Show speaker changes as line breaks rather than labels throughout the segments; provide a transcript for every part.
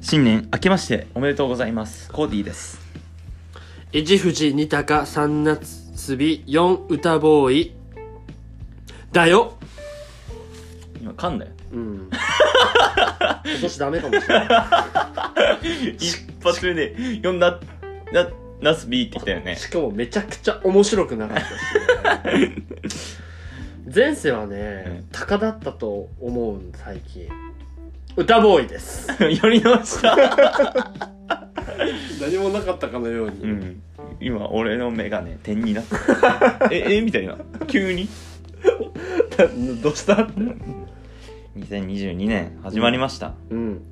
新年明けましておめでとうございますコーディです
一富士二鷹三夏日四歌ボーイだよ
今噛んだよ
うん 今年ダメかもしれない
一発目で読んだなナスビーってきたよね
しかもめちゃくちゃ面白くなかったし前世はね鷹だったと思うん最近歌ボーイです
やり直した、
何もなかったかのように、
うん、今俺の眼鏡点になった ええみたいな急 に
どうしたって
2022年始まりました、
うん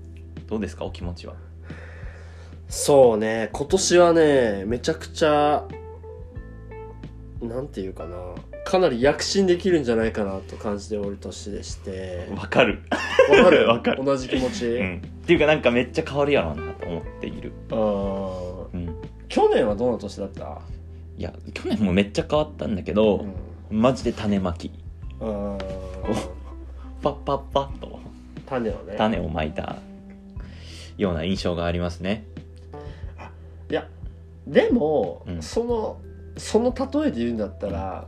どうですかお気持ちは
そうね今年はねめちゃくちゃなんていうかなかなり躍進できるんじゃないかなと感じておる年でして
わかる、
わかる
わかる
同じ気持ち、
うん、っていうかなんかめっちゃ変わるやろうなと思っている、
あー
うん、
去年はどんな年だった、
いや去年もめっちゃ変わったんだけど、
うん、
マジで種まき
あー
パッパッパッと
種をね
種をまいたような印象がありますね
いやでも、
うん
そのその例えで言うんだったら、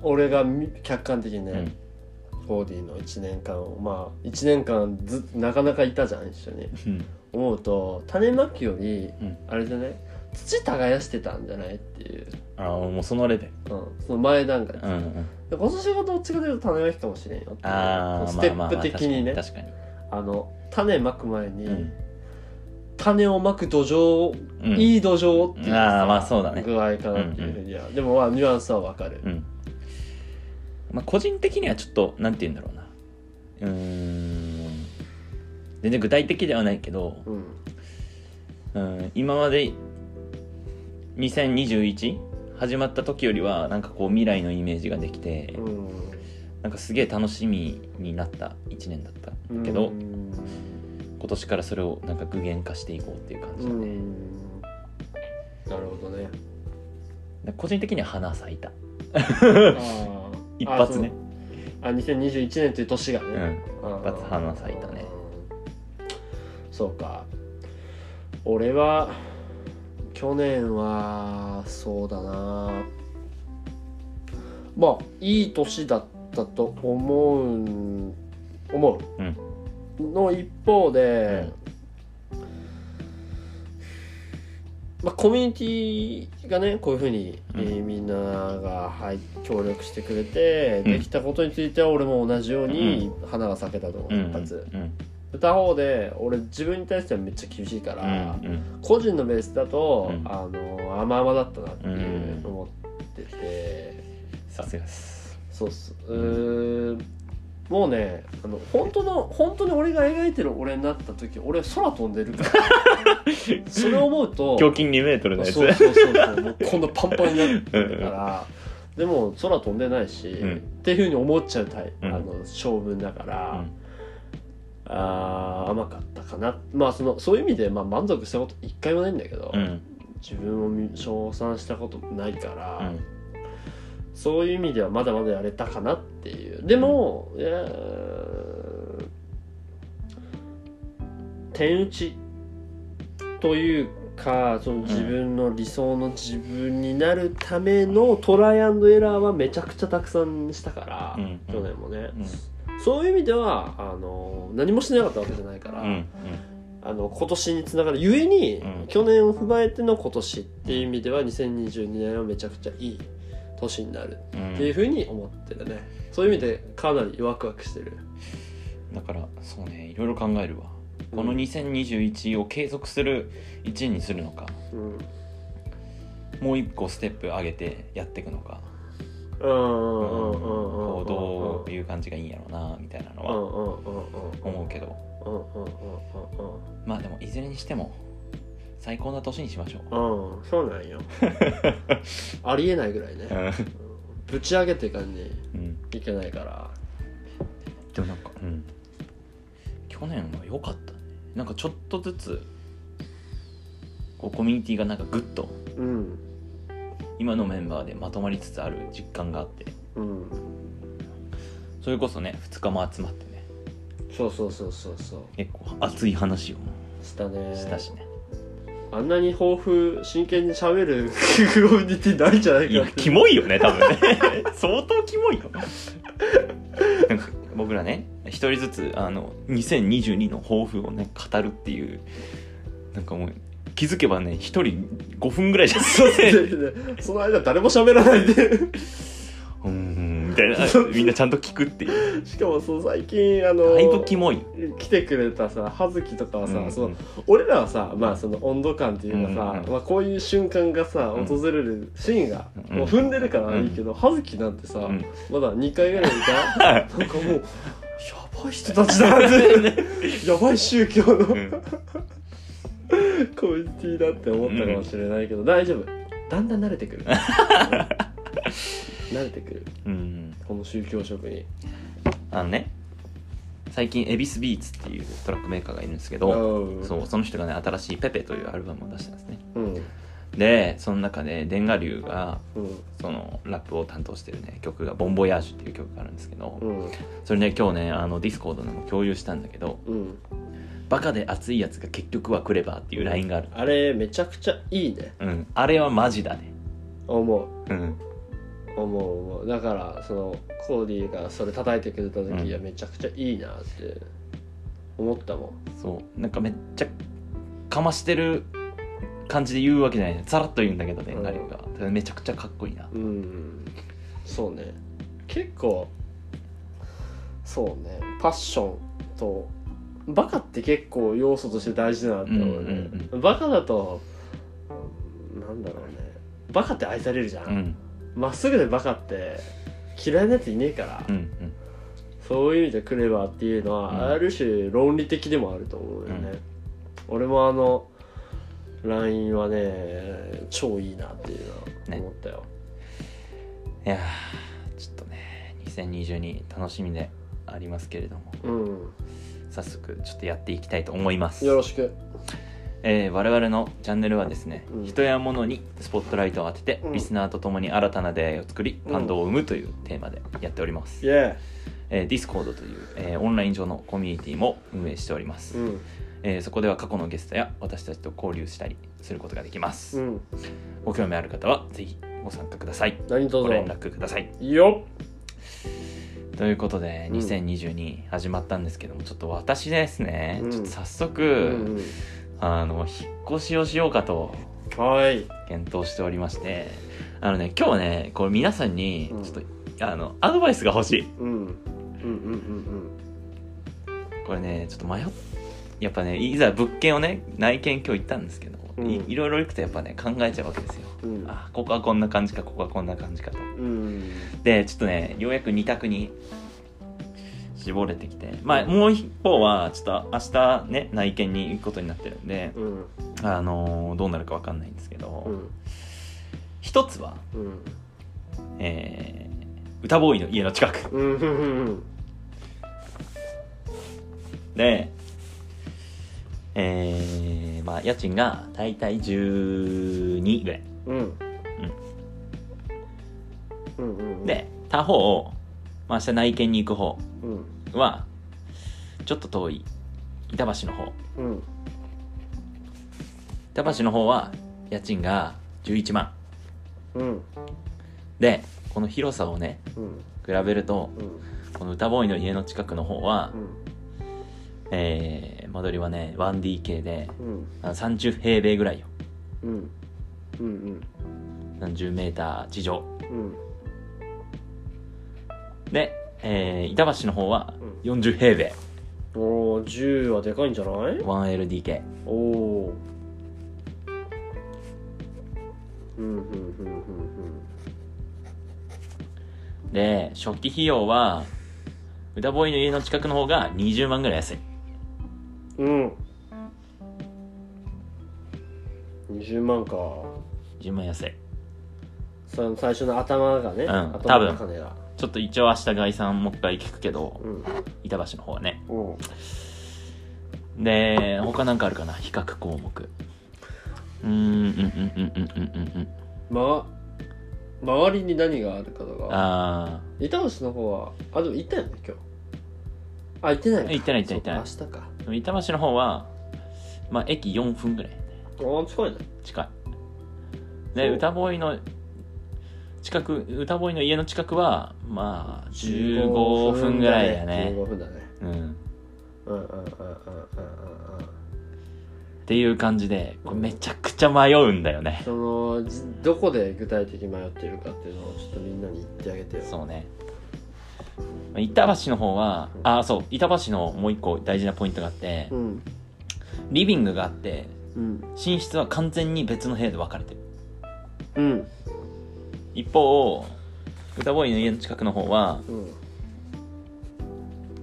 俺がみ客観的にね、コーディの1年間をまあ1年間ずなかなかいたじゃん一緒に
うん
思うと種まきより、
うん
あれじゃない土耕してたんじゃないっていう、
あのもうそのレベル
うん、その前段階、
うんうん
で今年はどっちかというと種まきかもしれんよっていう
ああ
ステップ的にね、
確かに確
あの種まく前に、
かに
種をまく土壌を、
うん、うん、
いい土壌っていうさ
あーまあそうだね
具合かなっていうふうには、でもまあニュアンスはわかる、
うんまあ、個人的にはちょっとなんて言うんだろうなうーん全然具体的ではないけど、
うん
うん、今まで2021始まった時よりはなんかこう未来のイメージができて、
うん
なんかすげえ楽しみになった1年だったけど、
うん
今年からそれをなんか具現化していこうっていう感じ
う
だね、
んなるほどね
なんか個人的には花咲いた
あー
一発ね
あそのあ2021年という年がね、
うん
一
発花咲いたね
そうか俺は去年はそうだなまあいい年だったと思うん思う、の一方で、まあ、コミュニティがねこういうふうに、えーみんなが、はい、協力してくれて、
うん
できたことについては俺も同じように花が咲けたと思う、
うん
一発
うん
歌方で俺自分に対してはめっちゃ厳しいか
う
ら
ん、うん
個人のベースだと、
うん
あの甘々だったなっていう
うん
思ってて、
さすがです
そうっすうーんもうねあの本当の本当に俺が描いてる俺になった時俺空飛んで るからそれを思うと
胸筋2メートルのやつ
そうそうそうそうもうこんなパンパンになってるか
うん
らでも空飛んでないし、
うん
っていうふうに思っちゃうタイプ、
うん
あの性分だから、
うん
あー甘かったかなまあそのそういう意味で、まあ、満足したこと一回もないんだけど、
うん
自分を見称賛したことないから、
うん
そういう意味ではまだまだやれたかなっていうでも、いやー点打ちというかその自分の理想の自分になるためのトライアンドエラーはめちゃくちゃたくさんしたから、
うん
去年もね、
う
そういう意味ではあの何もしてなかったわけじゃないから、
うんうん
あの今年につながるゆえに、
うん
去年を踏まえての今年っていう意味では2022年はめちゃくちゃいい年になる
うん
っていうふうに思ってるね、そういう意味でかなりワクワクしてる
だからそうねいろいろ考えるわこ
う
の
ん
2021を継続する1にするのか
うん
もう一個ステップ上げてやっていくのか
うん
うん
うんうんうん
こうどういう感じがいいんやろうなみたいなの
うんう
は
んうんうん
思うけど
うんうん
まあでもいずれにしても最高な年にしましょう
うんうんそうなんよありえないぐらいね、ぶち上げていかんに
うん
いけないから
でもなんかうん去年は良かったねなんかちょっとずつこうコミュニティがなんかグッと
うん
今のメンバーでまとまりつつある実感があって
うん
それこそね2日も集まってね
そうそうそうそうそう
結構熱い話を
したね
したしね、
あんなに抱負真剣に喋るコミュニティないんじゃない
い
か
や
って
キモいよね多分ね 相当キモいよなんか僕らね一人ずつあの2022の抱負をね語るっていうなんかもう気づけばね一人5分ぐらいじゃん
そうですねその間誰も喋らないで
うんうんみたいなみんなちゃんと聞くっていう
しかもそう最近あの
だいぶキモい
来てくれたさ葉月とかはさ、
うん
その俺らはさまあその温度感っていうかさ、
うんうん
まあ、こういう瞬間がさ
うん
訪れるシーンが、
うん
もう踏んでるからいいけど、葉月なんてさ、
うん
まだ2回ぐらいか
はい
なんかもうやばい人た ちだってやばい宗教の、
う ん
コミュニティだって思ったかもしれないけど、大丈夫だんだん慣れてくる うん慣れてくる
うん
この宗教職に
あのね最近エビスビーツっていうトラックメーカーがいるんですけど
うん
そうその人がね新しい「ペペ」というアルバムを出したんですね
うん
でその中で電賀流が
うん
そのラップを担当してるね曲が「ボンボヤージュ」っていう曲があるんですけど
うん
それね今日ねあのディスコードでも共有したんだけど
うん
「バカで熱いやつが結局はクレバー」っていうラインがある
あれめちゃくちゃいいね
うんあれはマジだね
思う
うん
思う思うだからそのコーディがそれ叩いてくれた時、
うん
いやめちゃくちゃいいなって思ったも
そうなんかめっちゃかましてる感じで言うわけじゃないさらっと言うんだけどね
うん
ガリュウがただめちゃくちゃかっこいいなん
うんそうね結構そうねパッションとバカって結構要素として大事だなって思うね、
うん
バカだとなんだろうねバカって愛されるじゃ
うんん
ま、っすぐでバカって嫌いなやついねえから、
うんうん
そういう意味でクレバーっていうのは、
うん
ある種論理的でもあると思うよね、俺もあの LINE はね超いいなっていうのは
ね
思ったよ、
いやーちょっとね2022楽しみでありますけれども
うん
早速ちょっとやっていきたいと思います
よろしく
えー我々のチャンネルはですね、
うん
人や物にスポットライトを当てて、
うん
リスナーと共に新たな出会いを作り感動を生むというテーマでやっております、
イエ
えー、Discord という、えーオンライン上のコミュニティも運営しております、
ーうん
えーそこでは過去のゲストや私たちと交流したりすることができます、
うん
ご興味ある方はぜひご参加ください
何と
ご
ぞ
連絡ください
よ
ということで
うん
2022始まったんですけども、ちょっと私ですね、
うん
ちょっと早
っ、
速、
うん
あの引っ越しをしようかと
うん、はい
検討しておりましてあのね今日はねこれ皆さんに
うん
ちょっと、あのアドバイスが欲しい
うんうんうん
これねちょっと迷っやっぱねいざ物件をね内見今日行ったんですけど、い
うん
いろいろ行くとやっぱね考えちゃうわけですよ
うんうん
あここはこんな感じかここはこんな感じかと
うん
でちょっとねようやく2択に絞れてきてまあもう一方はちょっと明日ね内見に行くことになってるんで
うんうん
あのーどうなるかわかんないんですけ
う
ど
ん
一つは
うん
えー歌ボーイの家の近く
うんうん
でえーまあ家賃が大体12ぐらい
うんうんうんうん
で他方まあ明日内見に行く方
うん
はちょっと遠い板橋の方
うん
板橋の方は家賃が11万
うん
でこの広さをね
うん
比べると
うん
この歌ボーイの家の近くの方は、
うん
えー間取りはね 1DK で
うん
あ30平米ぐらいよ
うんうん
30メーター地上
うん
で、えー板橋の方は
う
40平米
うんおお10はでかいんじゃない
1LDK
おおうんうんうん
で初期費用は歌ボーイの家の近くの方が20万ぐらい安い
うんうんうん20万か
10万安い
その最初の頭がね、
うん
頭の金が
ちょっと一応明日概算もう一回聞くけど
うん
板橋の方はね
うん
で他なんかあるかな比較項目うーんうんうんうんうんうんうんうん
ま周りに何があるかとか
あ
板橋の方はあでも行ったよね今日あ行ってないのか
行ってない行ってない行ってない
そうか明日か
あ板橋の方はまあ駅4分ぐらい
ああ、近いね。
近いで
そう
歌ボーイの近く歌ボーイの家の近くはまあ15分ぐらいだよね
15分だね。
うん、
うんうんうんうんうんうんうん。
っていう感じでこれめちゃくちゃ迷うんだよね
そのじどこで具体的に迷ってるかっていうのをちょっとみんなに言ってあげてよ
そうね板橋の方はあそう板橋のもう一個大事なポイントがあって
うん
リビングがあって
うん
寝室は完全に別の部屋で分かれてる
うん
一方歌ボーイの家の近くの方は、
うん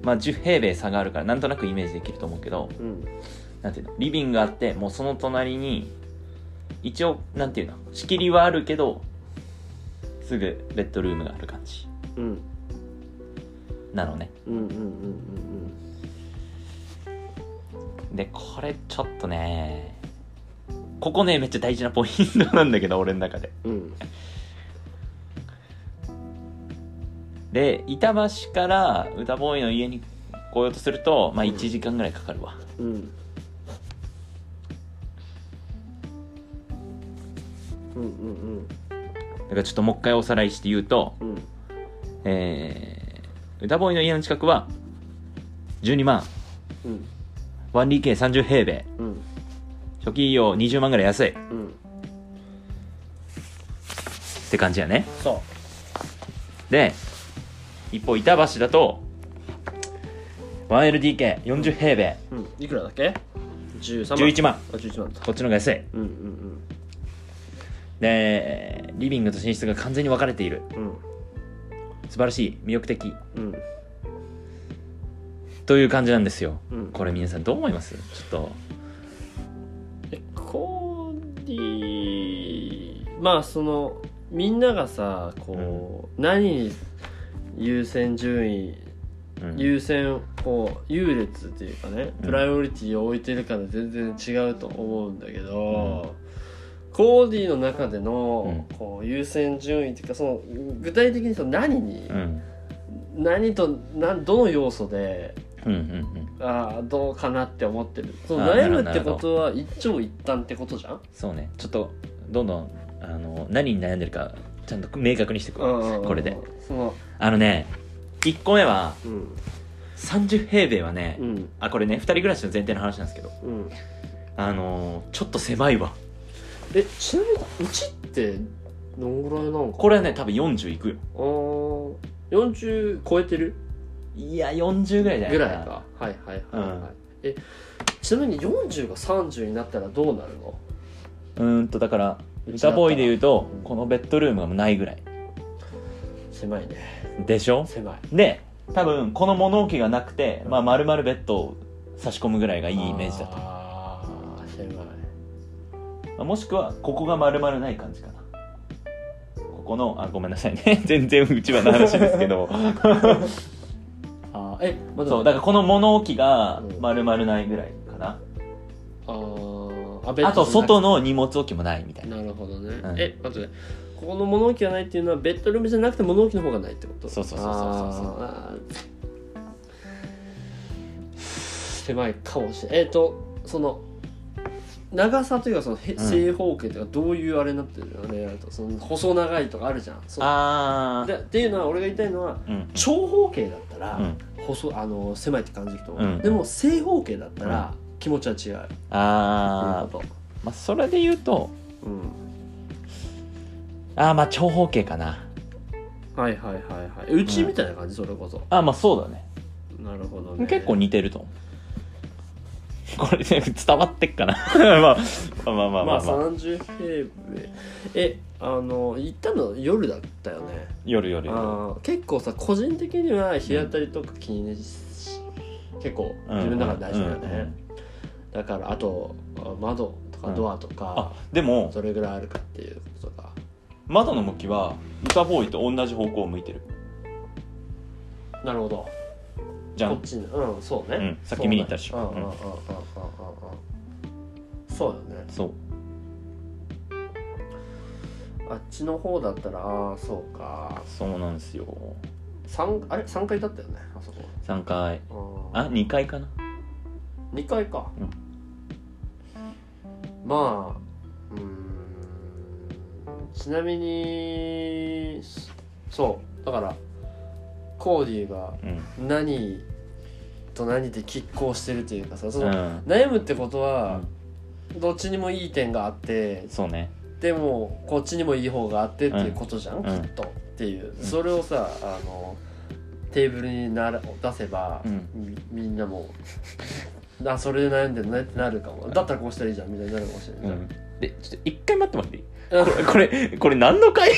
まあ、10平米差があるからなんとなくイメージできると思うけど
うん
なんていうのリビングがあってもうその隣に一応なんていうの仕切りはあるけどすぐベッドルームがある感じ
うん
なのね
うんうんうんうん
でこれちょっとねここねめっちゃ大事なポイントなんだけど俺の中で
うんうん
で板橋から歌ボーイの家に来ようとするとまあ
うん
1時間ぐらいかかるわ、
うんうんうん
だからちょっともう一回おさらいして言うと
うんうん
えー、歌ボーイの家の近くは12万
うん
1DK30 平米
うん
初期費用20万ぐらい安いっ
うん
て感じやね
そ
で一方板橋だと 1LDK40 平米
ううんいくらだっけ13万
11万
あ11万だ
こっちの方が安い
うんうん
でリビングと寝室が完全に分かれている
うんうん
素晴らしい魅力的
うん
という感じなんですよ
うん
これ皆さんどう思いますちょっと
えコーディまあそのみんながさこう、何に優先順位、
うん
優先こう優劣っていうかね
うん
プライオリティを置いてるかで全然違うと思うんだけど、コーディの中での、こう優先順位っていうかその具体的にその何に、
うん
何と何どの要素で
うんうんうん
あーどうかなって思ってるその
あー
悩むっ
な
て
るほど
ことは一長一短ってことじゃん
そうねちょっとどんどんあの何に悩んでるかちゃんと明確にしていくわ
こ
これで
その
あのね1個目は
うん
30平米はね、
うん
あこれね2人暮らしの前提の話なんですけど
うん
あのーちょっと狭いわ
えちなみにうちってどんぐらいなのか
これはね多分40いくよ
あー40超えてる
いや40ぐらいじゃな
ぐ
い
らい
かな
かはいはいはいはいえちなみに40が30になったらどうなるの
うーんとだから
うち
歌
だったら
ボーイで言うとこのベッドルームがもうないぐらい
狭いね
でしょ
狭い
で多分この物置がなくて、まあ、丸々ベッドを差し込むぐらいがいいイメージだと
あー狭い
まあもしくはここが丸々ない感じかなここのあごめんなさいね 全然うちわの話ですけど
あーえまだ
そうだからこの物置が
うん
丸々ないぐらいかな
あーあベッドじゃなくて
あと外の荷物置きもないみたいな
なるほどね、
うん
え待ってここの物置がないっていうのはベッドルームじゃなくて物置の方がないってこと
そうそうそうそうそうそう
あー狭いかもしれないえっ、とその長さというかそのへ
ん
正方形というかどういうあれになってるのね、とその細長いとかあるじゃんそう
あ
でっていうのは俺が言いたいのは
あうん
長方形だったら、
うん
細あの狭いって感じると思う、
うん
でも正方形だったら気持ちは違う、
あ
っていうこ
あまあそれで言うと
と、うん
ああまあ長方形かな
はいはいはいはいうちみたいな感じ、それこそ
ああまあそうだね
なるほどね
結構似てると思うこれね伝わってっかな まあまあまあま
ま
あ
あ
まあ
30平米えあの行ったの夜だったよね
夜夜夜
あー結構さ個人的には日当たりとか気にし、結構
うん
自分の中で大事だよね、
うんうん
だからあとあ窓とか
うん
ドアと
あ
か、
でも
どれぐらいあるかっていうことか
窓の向きは歌ボーイと同じ方向を向いてる
なるほど
じゃ
こっ
ん
ちにうんそうね、
うんさっき見に行ったでしょ
そうだ
う
ね
ん
うんうんうんうんうんうんそうだね
そう
あっちの方だったらああそうか
そうなんですよ
三あれ三階だったよねあそこ
3階
あー
あ二2階かな
二階か、
うん
まあうーんちなみにそうだからコーディが
うん
何と何で拮抗してるというかさその、
うん
悩むってことは
うん、
どっちにもいい点があって
そうね
でもこっちにもいい方があってっていうことじゃん、
ん
きっとっていう、
ん
それをさあのテーブルになら出せば、
うん
みみんなもあそれで悩んでるねってなるかもだったらこうしたらいいじゃんみたいになるかもしれない、
うんでちょっと一回待ってもらってい い
じゃあ
これこれこれ何の回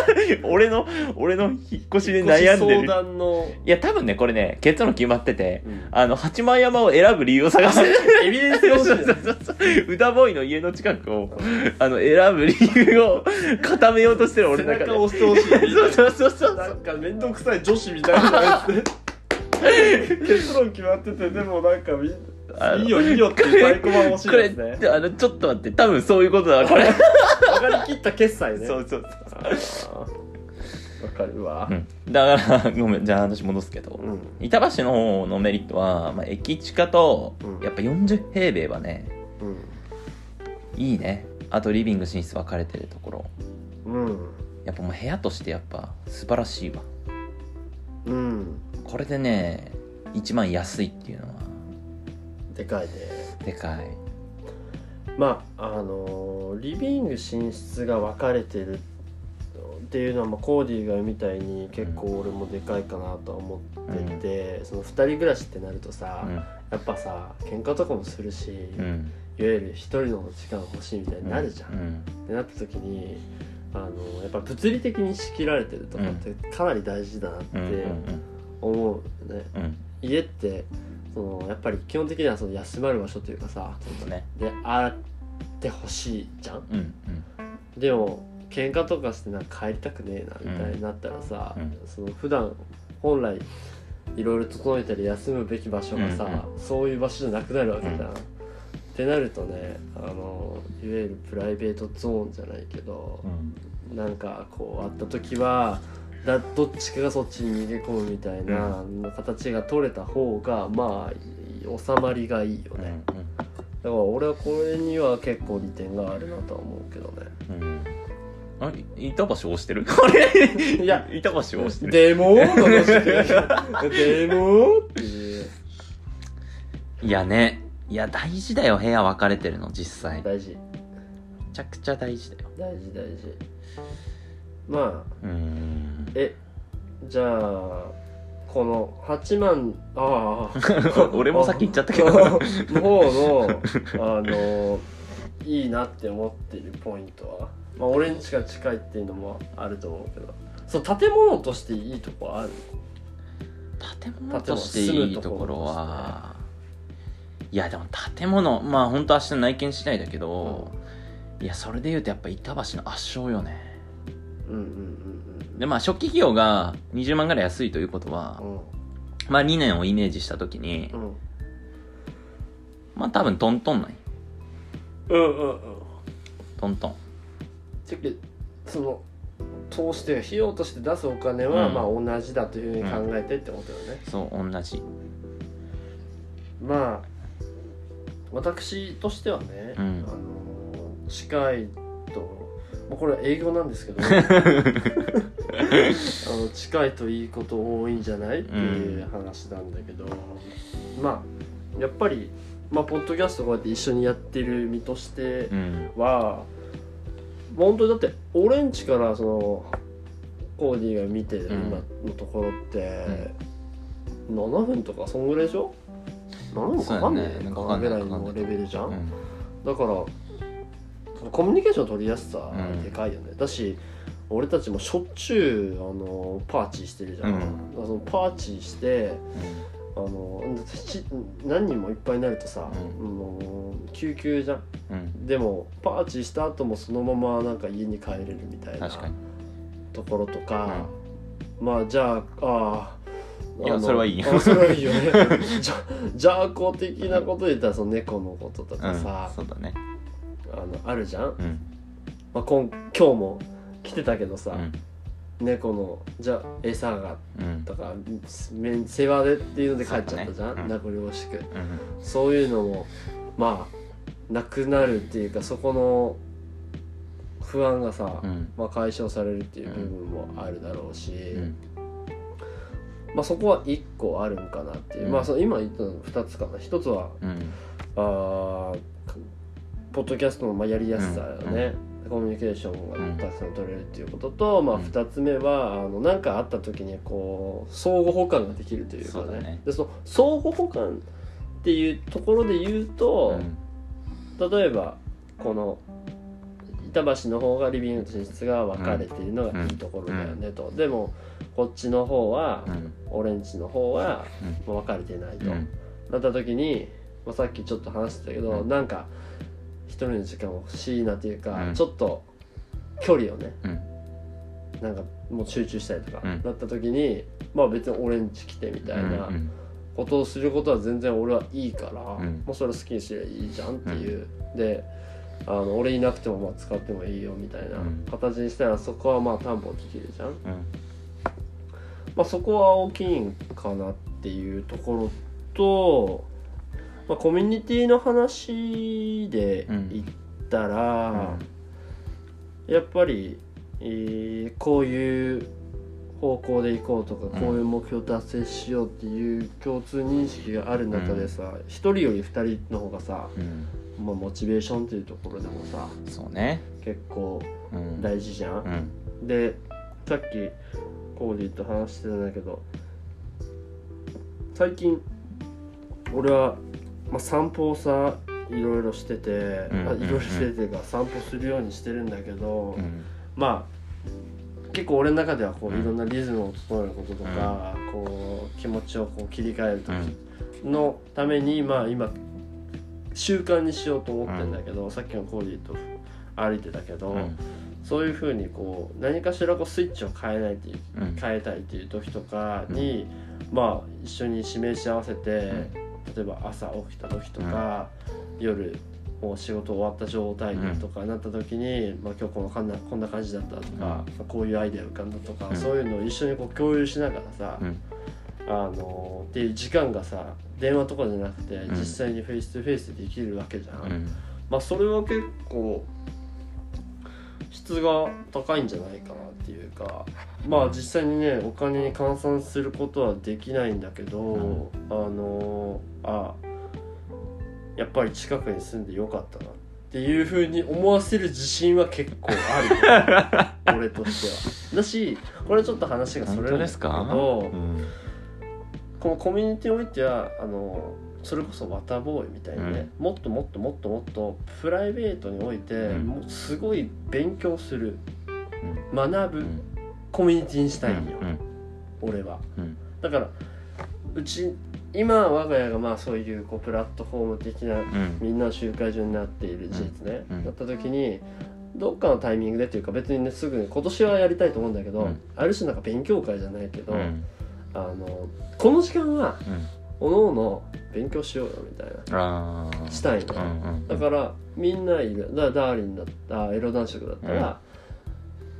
俺の俺の引っ越しで悩んで
少し相
る
談の、
いや多分ねこれね結論決まってて
うん
あの八幡山を選ぶ理由を探す
エビデンスが欲しいよね
歌ボーイの家の近くをあの選ぶ理由を固めようとしてる俺
背
の中で
中を押してほしいみたいな
そうそうそうそう
なんか面倒くさい女子みたいなやつで 結論決まっててでもなんかみん
あの
いいよいいよっていう太鼓判欲しい
これ
やつね
あのちょっと待って多分そういうことだこ れ
分かりきった決済ね
そうそうそう
あーわかるわ
う、んだからごめんじゃあ話戻すけど、
うん
板橋の方のメリットは、まあ、駅地下と
うん
やっぱ40平米はねいいねあとリビング寝室分かれてるところ
うんうん
やっぱもう部屋としてやっぱ素晴らしいわ
うん
これでね1万安いっていうのは
でかいね
でかい
まああのーリビング寝室が分かれてるっていうのは、まあ、コーディが言うみたいに結構俺もでかいかなとは思ってて、その2人暮らしってなるとさ、やっぱさ喧嘩とかもするし、
うんう
い
ん
わゆる一人の時間欲しいみたいになるじゃん、
う
っ
ん
てなった時にあのやっぱ物理的に仕切られてるとかってかなり大事だなっ
うんうん
て思うね、
うんうん
家ってそのやっぱり基本的にはその休まる場所というかさ
そうだね
であってほしいじゃん
うん
でも喧嘩とかしてなんか帰りたくねえなみたいになったらさ、
うん
その普段本来いろいろ整えたり休むべき場所がさ、
う
そういう場所じゃなくなるわけじゃん。
うん
ってなるとねあのいわゆるプライベートゾーンじゃないけど
う、ん
なんかこうあった時はだどっちかがそっちに逃げ込むみたいな、形が取れた方がまあ収まりがいいよ
うん
ね。だから俺はこれには結構利点があるなとは思うけどね。
うんうんあい板橋押してる これ
いや
板橋押してる
でもーの話ででもーっていう
いやねいや大事だよ部屋分かれてるの実際め
大事
ちゃくちゃ大事だよ
大事大事まあ
うん
えじゃあこの8万あ あ
俺もさっき言っちゃった けど
の方のあのいいなって思ってるポイントはまあ俺にしか近いっていうのもあると思うけどそう建物としていいとこある
建物としていいところはいやでも建物まあ本当明日の内見次第だけど、いやそれで言うとやっぱ板橋の圧勝よね
うんうん
でまあ初期費用が20万ぐらい安いということは
うんう、ん
まあ2年をイメージした時に
うん
まあ多分トントンない
うんうんうん
トントン
てけその通して費用として出すお金は、
うん
まあ同じだというふうに考えてってことよね、
そう同じ
まあ私としてはね、
うん
あの近いと、まあ、これは営業なんですけどあの近いといいこと多いんじゃないっていう話なんだけど、まあやっぱり、まあ、ポッドキャストこうやって一緒にやってる身として、
うん
は本当にだって俺んちからそのコーディが見てる
うん
今のところって、7分とかそんぐらいでしょ7分かかんね
そうや
え
ね
かかんぐらい
かかんない
のレベルじゃん、
うん
だからそのコミュニケーション取りやすさ
うん
でかいよね、だし俺たちもしょっちゅうあのパーチしてるじゃん、
うん
だからそのパーチしてあのし何人もいっぱいになるとさ、
う
もう救急じゃん
うん
でもパーチした後もそのままなんか家に帰れるみたいな
確かに
ところとか、まあじゃあああ
いや
あの
それはいいよ
あそれはいいよね じゃじゃあこ的なことで言ったらその猫のことと
うん、う
か
ん、
さ、
そうだね
あのあるじゃん、
うん
まあ、今今日も来てたけどさ
う、ん
猫のじゃあ餌が
うん
とかめ世話でっていうので帰っちゃったじ
そ
ゃ
うだ
ん、
ねうん
名残惜しく
うん
そういうのもまあなくなるっていうかそこの不安がさ、
うん
まあ、解消されるっていう部分もあるだろうし、
うん
まあ、そこは1個あるんかなっていう、
うん
まあ、その今言ったの2つかな1つは
うん
あーポッドキャストのまあやりやすさよね、コミュニケーションがたくさん取れるっていうことと、ま
う
あ、
ん
2つ目は何、なん、かあった時にこう相互補完ができるというか
そうだ
ね
ね
でその相互補完っていうところで言うと、例えばこの板橋の方がリビングと寝室が分かれているのがいいところだよねと、でもこっちの方は、
うん
俺んちの方は
うん
もう分かれてないと、
うん
なった時に、まあ、さっきちょっと話してたけど、
うん
なんか一人の時間欲しいなというか、
うん
ちょっと距離をね
うん
なんかもう集中したりとか、
うん
なった時にまあ別に俺んち来てみたいな
うん
ことをすることは全然俺はいいから、も
うん
うそれ好きにすればいいじゃんっていう、であの俺いなくてもまあ使ってもいいよみたいな
うん
形にしたらそこはまあ担保できるじゃん、
うん
まあ、そこは大きいんかなっていうところと、まあ、コミュニティの話で言ったら、やっぱり、えーこういう方向で行こうと
う
か
ん
こういう目標達成しようっていう共通認識がある中でさ一人より二人の方がさ、
うんうん
まあ、モチベーションっていうところでもさ
そうね
結構
うん
大事じゃん
う。ん
でさっきコーディと話してたんだけど最近俺は、まあ、散歩をさいろいろしてて、
うん
あいろいろしててが散歩するようにしてるんだけど、
うん
まあ結構俺の中ではこう
うん
いろんなリズムを整えることとか、こう気持ちをこう切り替える
う
時
ん
のために、まあ今習慣にしようと思ってんだけど、さっきのコーディと歩いてたけど。
うん
そういうふうにこう何かしらこうスイッチを変えないっていう
うん
変えたいっていう時とかに、まあ一緒に示し合わせて、例えば朝起きた時とか、夜もう仕事終わった状態でとかなった時に、まあ、今日このかんなこんな感じだったとか、まあこういうアイデア浮かんだとか、
うん
そういうのを一緒にこう共有しながらさ、
うん
あのーっていう時間がさ電話とかじゃなくて、
ん
実際にフェイス2フェイスでできるわけじゃん
うん
まあそれは結構質が高いんじゃないかなっていうかまあ実際にねお金に換算することはできないんだけど、
うん
あのあやっぱり近くに住んでよかったなっていうふうに思わせる自信は結構あ る俺としては。だしこれちょっと話がそ
本
れ
当
るんだ
で
け
すか
ど、
うん
このコミュニティにおいてはあのそれこそワタボーイみたいにね、もっともっともっともっとプライベートにおいて、
うん
もうすごい勉強する学ぶ、コミュニティにしたいんよ、
うん
俺は
うん
だからうち今我が家がまあそういうこうプラットフォーム的な
うん
みんなの集会所になっている事実ね、
うんうん
だった時にどっかのタイミングでというか別にねすぐね今年はやりたいと思うんだけど、
うん
ある種なんか勉強会じゃないけど、
うん
あのこの時間は
うん
おのおの勉強しようよみたいな
あー
したいの、
うんうん
だからみんないるだダーリンだったあエロ男爵だったら、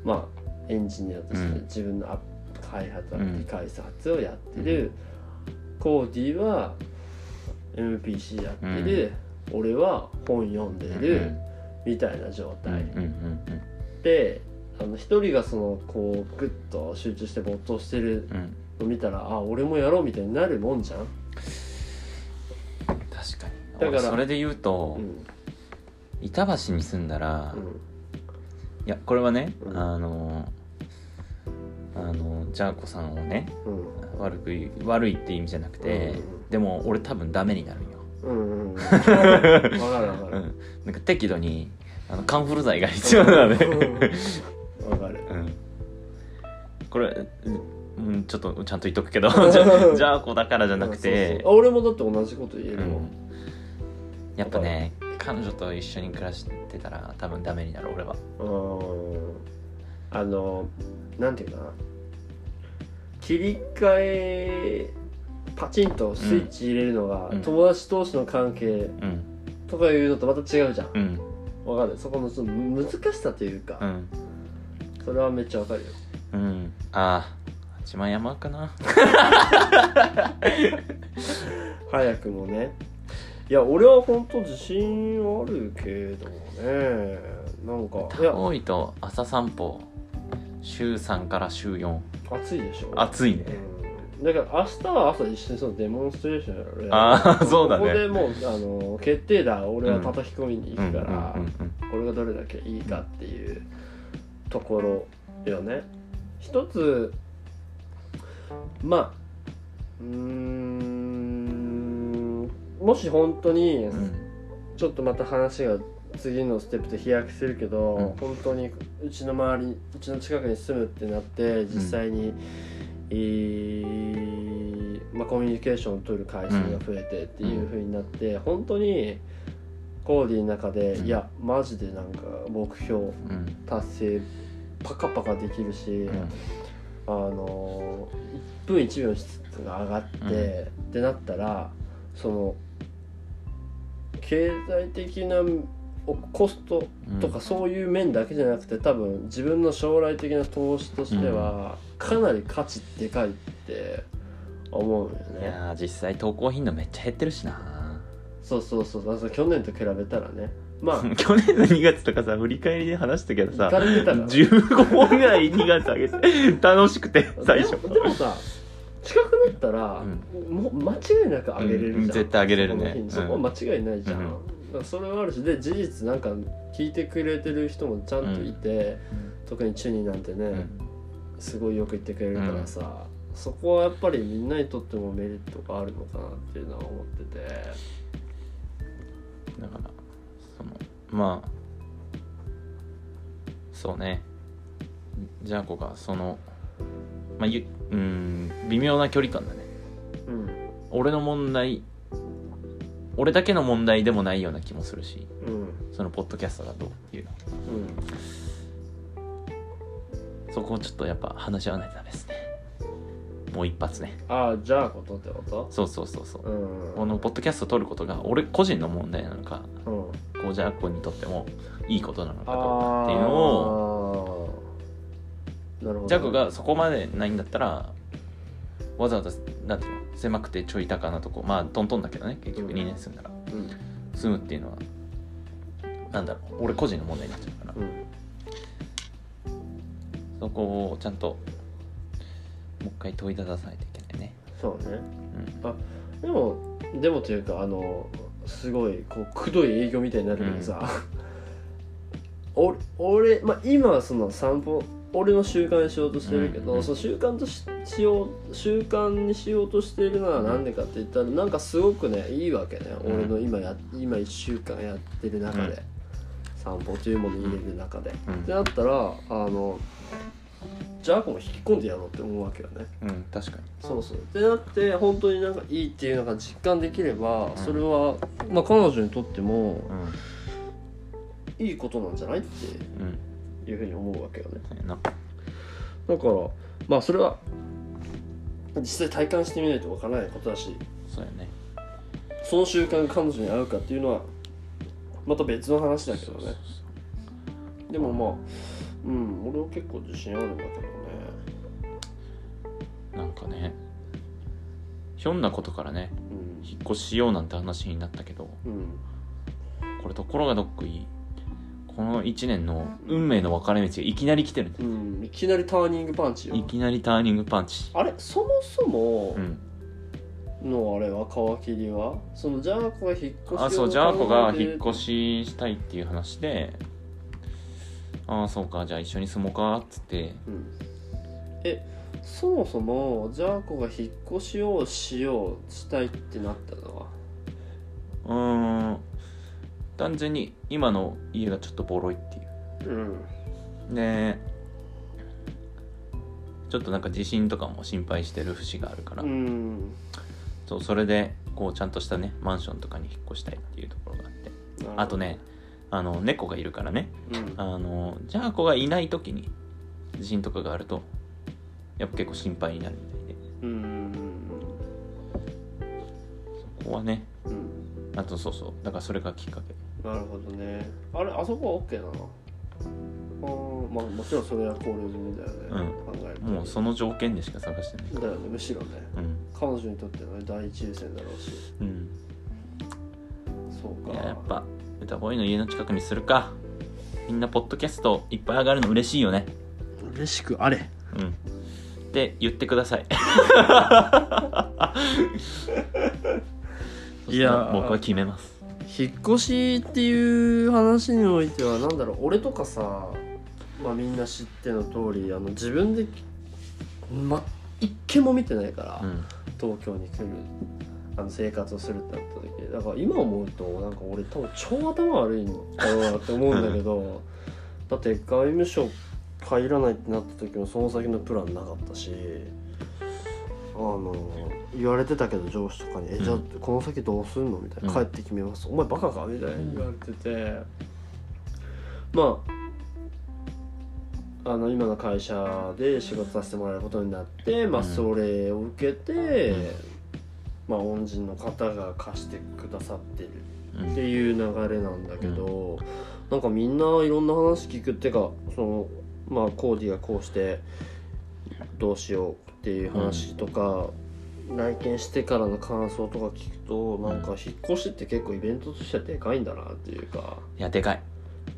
まあエンジニアとして
うん
自分のアップ開発ア
うん
プリ開発をやってる、コーディは MPC やってる、俺は本読んでる、みたいな状
うん
態、
うんうん
であの一人がそのこうグッと集中して没頭してる
うんうん
の見たらあ俺もやろうみたいになるもんじゃん、
確かに
だから
俺それで言うと
うん
板橋に住んだら
うん
いやこれはね
うん
あのあのジャーコさんをね
うん
悪く言う悪いって意味じゃなくて
うん
でも俺多分ダメになるんよ
うんうんうん。わかるわか
う
る。
んなんか適度にあのカンフル剤が必要なので
わかる。
うんこれ、うん、ちょっとちゃんと言っとくけどじゃじゃあこうだからじゃなく
そう
て
そうあ俺もだって同じこと言え
う
るもん
ん。やっぱね彼女と一緒に暮らしてたら多分ダメになる俺は
うん。あの、なんていうかな。切り替え、パチンとスイッチ入れるのが、
うん
友達同士の関係
うん
とかいうのとまた違うじゃん。
うん
わかる。そこのその難しさというか、
うん
それはめっちゃわかるよ。
うんああ八幡山かな
早くもね。いや俺は本当自信あるけどねなんかいや
多いと朝散歩週3から週4
暑いでしょ
暑いね
うんだから明日は朝一緒にそのデモンストレーションやろ
あ ーそうだね
ここでもうあの決定だ俺は叩き込みに行くから、
うんうんうん
俺がどれだけいいかっていうところよね一つまあうーんもし本当に、
うんうん
ちょっとまた話が次のステップで飛躍するけど、
うん
本当にうちの周りうちの近くに住むってなって実際に、えーまあ、コミュニケーションを取る回数が増えてっていう風になって、本当にコーディの中で、
うん
いやマジでなんか目標
うん
達成パカパカできるし、あの1分1秒の質が上がって、ってなったらその経済的なおコスト
うん
とかそういう面だけじゃなくて多分自分の将来的な投資としてはかなり価値でかいって思うよ
い
ね。
やー実際投稿頻度めっちゃ減ってるしな
そうそうそうだから去年と比べたらねま
去年の2月とかさ振り返りで話したけど
あ行か
さ
れてたら
15本ぐらい2月上げて楽しくて最初
でもでもさ近くなったら、もう間違いなく上げれるじゃん、
うん絶対上げれるね
そこ
うん
は間違いないじゃん、
うん
だからそれはあるしで事実なんか聞いてくれてる人もちゃんといて、特にチュニなんてね、
うん
すごいよく言ってくれるからさ、そこはやっぱりみんなにとってもメリットがあるのかなっていうのは思ってて
だからそのまあそうねジャーコがそのまあゆうん微妙な距離感だね
うん
俺の問題俺だけの問題でもないような気もするし
うん
そのポッドキャストがどうっていうのそこをちょっとやっぱ話し合わないとダメですねもう一発ね
ああじゃあことってこと
そうそうそうそううんこのポッドキャストを撮ることが俺個人の問題なのか
うん
こうじゃあこにとってもいいことなのかどう
あ
か
あ
っていうのを
なるほど
ジャコがそこまでないんだったらわざわざなんていうの狭くてちょい高なとこまあトントンだけどね結局
うん
2年住んだら
うん
住むっていうのはなんだろう俺個人の問題になっちゃうから
うん
そこをちゃんともう一回問いたださないといけないね
そうね
うん
でもでもというかあのすごいこうくどい営業みたいになるけどさ、 お俺、まあ、今はその散歩俺の習慣にしようとしてるけど、
うんうん
その習慣とししよう習慣にしようとしているのはなんでかって言ったらなんかすごくねいいわけね、
うん
俺の今や今1週間やってる中で、
うん
散歩というものに入れる中で、
うん
ってなったらあのじゃあこの引き込んでやろうって思うわけよね
うん確かに
そうそうってなって本当になんかいいっていうのが実感できれば、
ん
それは、まあ、彼女にとっても
うん
いいことなんじゃないって
うん
いうふうに思うわけよね
そうやな
だからまあそれは実際体感してみないとわからないことだし
そうやね
その習慣が彼女に合うかっていうのはまた別の話だけどねでもまあうん俺は結構自信あるんだけどね
なんかねひょんなことからね引っ越ししようなんて話になったけど
うんうん
これところがどっこいいこの1年の運命の分かれ道がいきなり来てるんだ
うん、いきなりターニングパンチよ
いきなりターニングパンチ
あれそもそも、
うん
のあれは皮切りはそのジャーコが引っ越し
あそうジャーコが引っ越ししたいっていう話でああそうかじゃあ一緒に住もうかっつって
うんえそもそもジャーコが引っ越しをしようしたいってなったのは
うーん単純に今の家がちょっとボロいっていう
うん
でちょっとなんか地震とかも心配してる節があるから、
うん
そうそれでこうちゃんとしたねマンションとかに引っ越したいっていうところがあってあとねあの猫がいるからね
うん
あのジャーコがいない時に地震とかがあるとやっぱ結構心配になるみたいで
うん
そこはね
うん
あとそうそうだからそれがきっかけ
なるほどねあれあそこは OK なのあーまあもちろんそれは考慮済みだよね、
うん
考えると
もうその条件でしか探してない
だよねむしろね
うん
彼女にとってのね第一優先だろうし
うん
そうか
いややっぱ歌声の家の近くにするかみんなポッドキャストいっぱい上がるの嬉しいよね
嬉しくあれ
うんって言ってくださいそしたら僕は決めます
引っ越しっていう話においてはなんだろう俺とかさ、まあ、みんな知っての通りあの自分で、ま、一軒も見てないから、
うん
東京に来るあの生活をするってなった時だから今思うとなんか俺多分超頭悪いんだろうなって思うんだけ どだって外務省入らないってなった時もその先のプランなかったしあの言われてたけど上司とかに「え
うん
じゃあこの先どうすんの?」みたいな
う
「
ん
帰って決めます」お前バカか?」みたいな言われててまああの今の会社で仕事させてもらえることになって、まあ、
うん
それを受けて、
うん
まあ、恩人の方が貸してくださってる
う
っ
ん
ていう流れなんだけど、なんかみんないろんな話聞くっていうかそのまあコーディがこうしてどうしようっていう話とか、来店してからの感想とか聞くとなんか引っ越しって結構イベントとしてはでかいんだなっていうか
いやでかい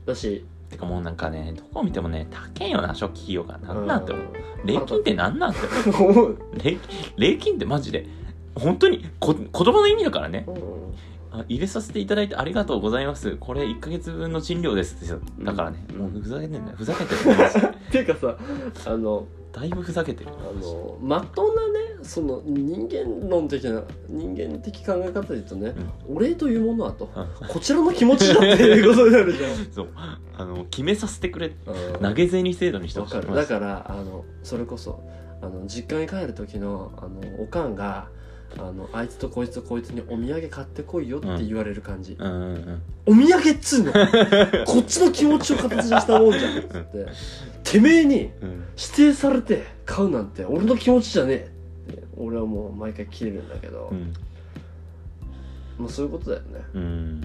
だして
かもうなんかねどこ見てもね高いよな初期費用がなんなんて思う
う
礼金ってなんなんて思うん
思う、
礼礼金ってマジで本当にこ言葉の意味だからね
うん
あ入れさせていただいてありがとうございますこれ1ヶ月分の賃料ですってだからねもうふざけてんだよふ ざけてるマジで
っていうかさあの
だいぶふざけてる
あのまっとうなねその人間論的な人間的考え方で言うとね、お礼というものはと、
う
こちらの気持ちだっていうことになるじゃん
そうあの決めさせてくれ
うん
投げ銭制度にして
わ
ほしい
かるだからあのそれこそあの実家に帰る時のあのおかんがあのあいつとこいつとこいつにお土産買ってこいよって言われる感じ、
うんうんうん
お土産っつうのこっちの気持ちを形にしたもんじゃんっつっててめえに
うん
指定されて買うなんて俺の気持ちじゃねえって俺はもう毎回切れるんだけど、
うん
まあそういうことだよね
うん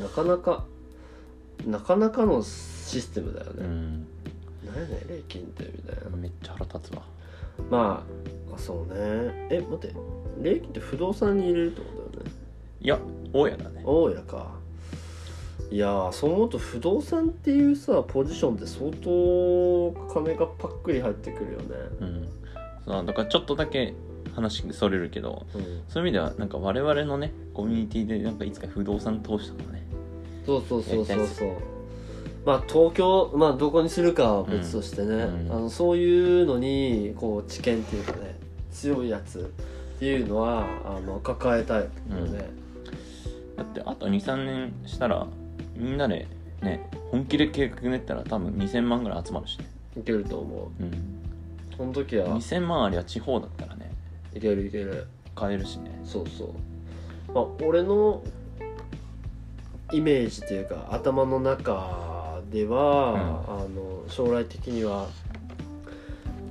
なかなかなかなかのシステムだよ
う
ね、
ん
なん、やねん礼金ってみたいな、
めっちゃ腹立つわ
まああそうねえ待って礼金って不動産に入れるってことだよね
いや大家だね
大家かいやーそう思うと不動産っていうさポジションって相当金がパックリ入ってくるよね、
うんそうだからちょっとだけ話それるけど
うん、
そういう意味ではなんか我々のねコミュニティでなんかいつか不動産投資とかね
そうそうそう
やり
そ
た
う
いっす
そうまあ東京まあどこにするかは別としてね、
うんうん
あのそういうのにこう知見っていうかね強いやつっていうのはあの抱えたいよね、
だってあと23年したらみんなでね本気で計画練ったら多分2000万ぐらい集まるしね、
いけると思
うん、
うその時は
2000万ありゃ地方だったらね
いけるいける
買えるしね
そうそう、まあ、俺のイメージというか頭の中では、あの将来的には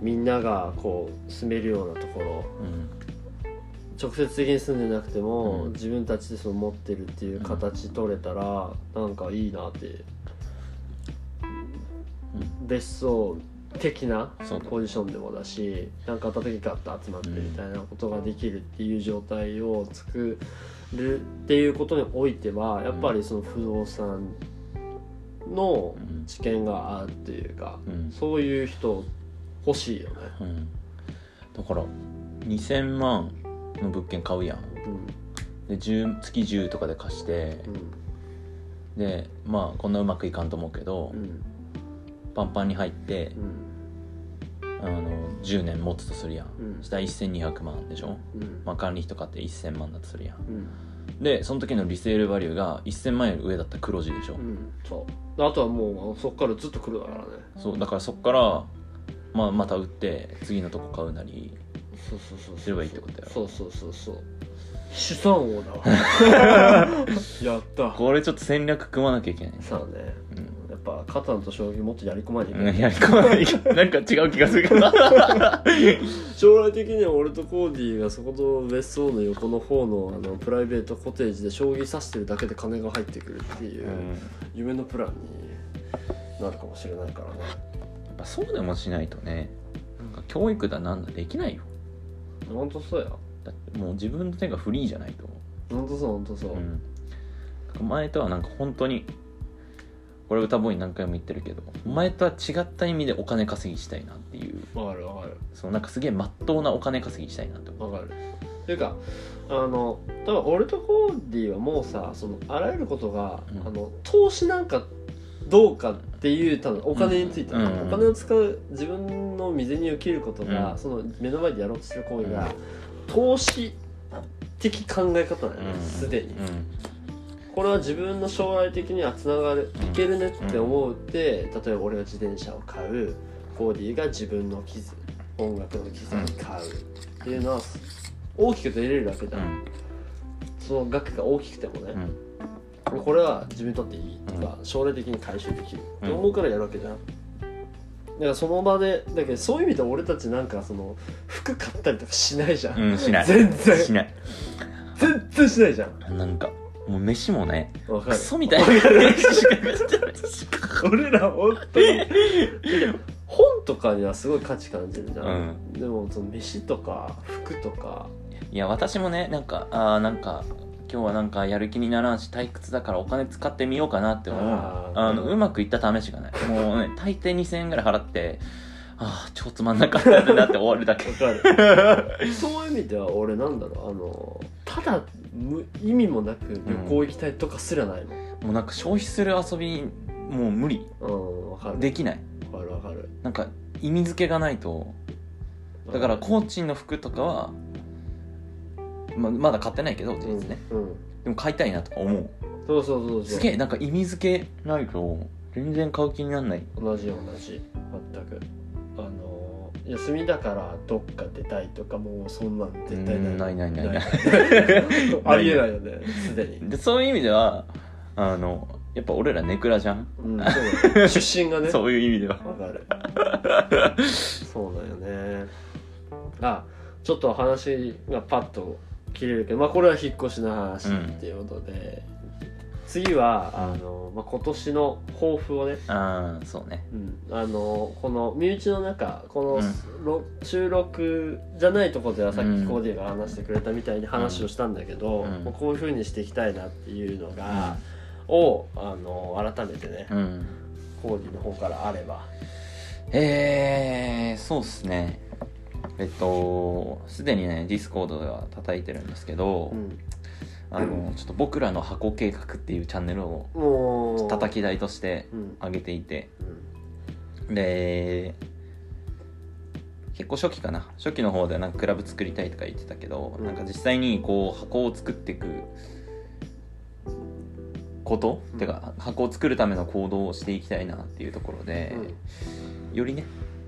みんながこう住めるようなところ
うん
直接的に住んでなくても、
うん
自分たちでその持ってるっていう形取れたら、なんかいいなって別荘的な
そうだ
ポジションでもだし何かあった時ガッと集まってみたいなことができるっていう状態を作るっていうことにおいてはやっぱりその不動産の
うん
知見があるっていうか
うん、
そういう人欲しいよね。
うん、だから2000万の物件買うやん
うん
で10月10とかで貸してでまあこんなうまくいかんと思うけど、
うんうん
パンパンに入って
うん
あの10年持つとするやん、
うん
したら1200万でしょ、
うん
まあ、管理費とかって1000万だとするやん
うん
でその時のリセールバリューが1000万円より上だったら黒字でしょ、
うん、そうあとはもうそっからずっと来るだからね
そうだからそっから、まあ、また売って次のとこ買うなり
そうそうそう
すればいいってことやろ
そうそうそうそう資産王だわ やった
これちょっと戦略組まなきゃいけない、
さあね
う
やっぱカタンと将棋もっとやり込まないといけ
ん、
ない
いや組まないなんか違う気がするけど
将来的には俺とコーディがそこと別荘の横の方のあのプライベートコテージで将棋指してるだけで金が入ってくるっていううん
や
夢のプランになるかもしれないからね
っぱそうでもしないとねなんか教育だなんだできないよ
ほんとそうや
だってもう自分の手がフリーじゃないと
ほんとそうほんとそう、
うん前とはなんか本当にこれ歌ボーイ何回も言ってるけど前とは違った意味でお金稼ぎしたいなっていう
わかるわかる
そのなんかすげえ真っ当なお金稼ぎしたいなって思う
わかるっていうかあの多分俺とコーディはもうさそのあらゆることが、
うん
あの投資なんかどうかっていう多分お金について、
うんうん
お金を使う自分の未然にを切ることが、
うん
その目の前でやろうとする行為が、投資的考え方なのよ
うん
すでに、
うん
これは自分の将来的にはつながるいけるねって思うって、例えば俺が自転車を買うコーディが自分の機材音楽の機材買うっていうのは大きく出れるわけじゃん、その額が大きくても
う
ね、
ん
これは自分にとっていいとか、将来的に回収できるって思うからやるわけじゃん、だからその場でだけどそういう意味で俺たちなんかその服買ったりとかしないじゃん、
うん、うん、しない
全然
しない
全然しないじゃん
なんかもう飯もね
わか
ク
る
ソみたいな飯しか食ってないし
俺ら本当に本とかにはすごい価値感じるじゃん、
うん
でもその飯とか服とか
いや私もねなんかあーなんか今日はなんかやる気にならんし退屈だからお金使ってみようかなって思う
あ
あ
ー
のうまくいった試しがないもうね 大抵2000円ぐらい払ってああ超つまんなかったってなって終わる だけ
わか るそういう意味では俺なんだろうあのただ無意味もなく旅行行きたいとかすらないもん
もうなんか消費する遊びもう無理
うんわかる
できない
わかるわかる
なんか意味付けがないとだからコーチンの服とかはままだ買ってないけど事実ね、
うんうん
でも買いたいなとか思う
そうそうそうそう
すげえなんか意味付けないと全然買う気になんない
同じよ同じ全くあの休みだからどっか出たいとかもうそんなん絶対ない
うんないないないない
ありえないよねすでに
でそういう意味ではあのやっぱ俺らネクラじゃん、
うん、そう だね出身がね
そういう意味では
わかる そうだよねあちょっと話がパッと切れるけど、まあ、これは引っ越しの話っていうことで、次はあの、まあ、今年の抱負をね、
ああそうね
うん、あのこの身内の中こ
う
の、ろ収録じゃないところではさっ
う
き
ん
コーディが話してくれたみたいに話をしたんだけど、
うん
もうこういうふうにしていきたいなっていうのが、をあの改めてね、
うん
コーディの方からあれば。
えー、そうっすねえっとすでにねディスコードでは叩いてるんですけど、
うん
あのちょっと僕らの箱計画っていうチャンネルを
もう
叩き台として
うん
上げていて
うん
で結構初期かな初期の方でなんかクラブ作りたいとか言ってたけど、
うん
なんか実際にこう箱を作っていくこと、
うん
てか箱を作るための行動をしていきたいなっていうところで、よりね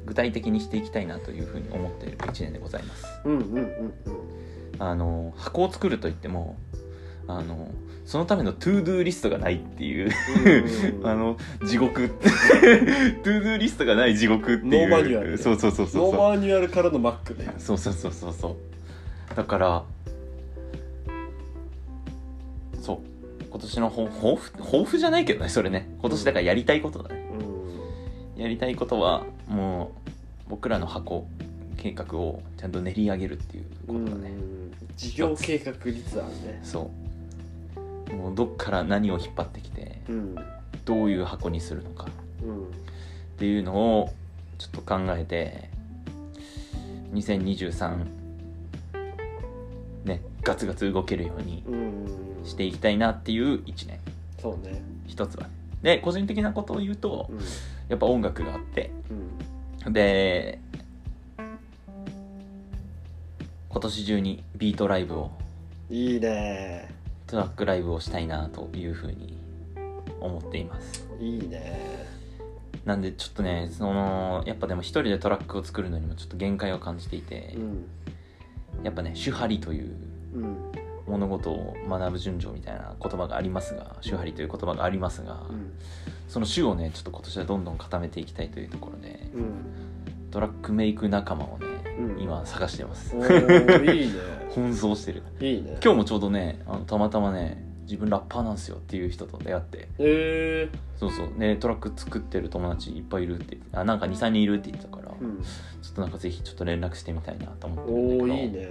具体的にしていきたいなというふうに思っている1年でございます
うんうんうんうん
あの箱を作るといってもあのそのためのトゥードゥーリストがないっていうあの地獄 トゥードゥーリストがない地獄っていう
ノーマニュアルね
そうそうそうそう
ノー
そう
マニュアルからのマックね
そうそうそうそうそうだからそう今年の抱抱負抱負じゃないけどねそれね今年だからやりたいことだねやりたいことはもう僕らの箱計画をちゃんと練り上げるっていうこ
う
とだね、
ん事業計画立案ね
そうもうどっから何を引っ張ってきて
うん
どういう箱にするのか
うん
っていうのをちょっと考えて2023ねガツガツ動けるように
うん
していきたいなっていう1年
そうね
一つはねで個人的なことを言うと
うん
やっぱ音楽があって
うん
で今年中にビートライブを
いいね
トラックライブをしたいなというふうに思っています
いいね
なんでちょっとねそのやっぱでも一人でトラックを作るのにもちょっと限界を感じていて、
うん
やっぱね「手張り」という
うん
物事を学ぶ順序みたいな言葉がありますが「手張り」という言葉がありますが、
うん
その手をねちょっと今年はどんどん固めていきたいというところで
うん
トラックメイク仲間をね、
うん
今探してます
おーいいね
奔走してる
いいね
今日もちょうどねあのたまたまね自分ラッパーなんですよっていう人と出会って
えー
そうそうねトラック作ってる友達いっぱいいるってあなんか23人いるって言ってたから、
うん
ちょっとなんかぜひちょっと連絡してみたいなと思ってるんだけ
お
ど
ーいいね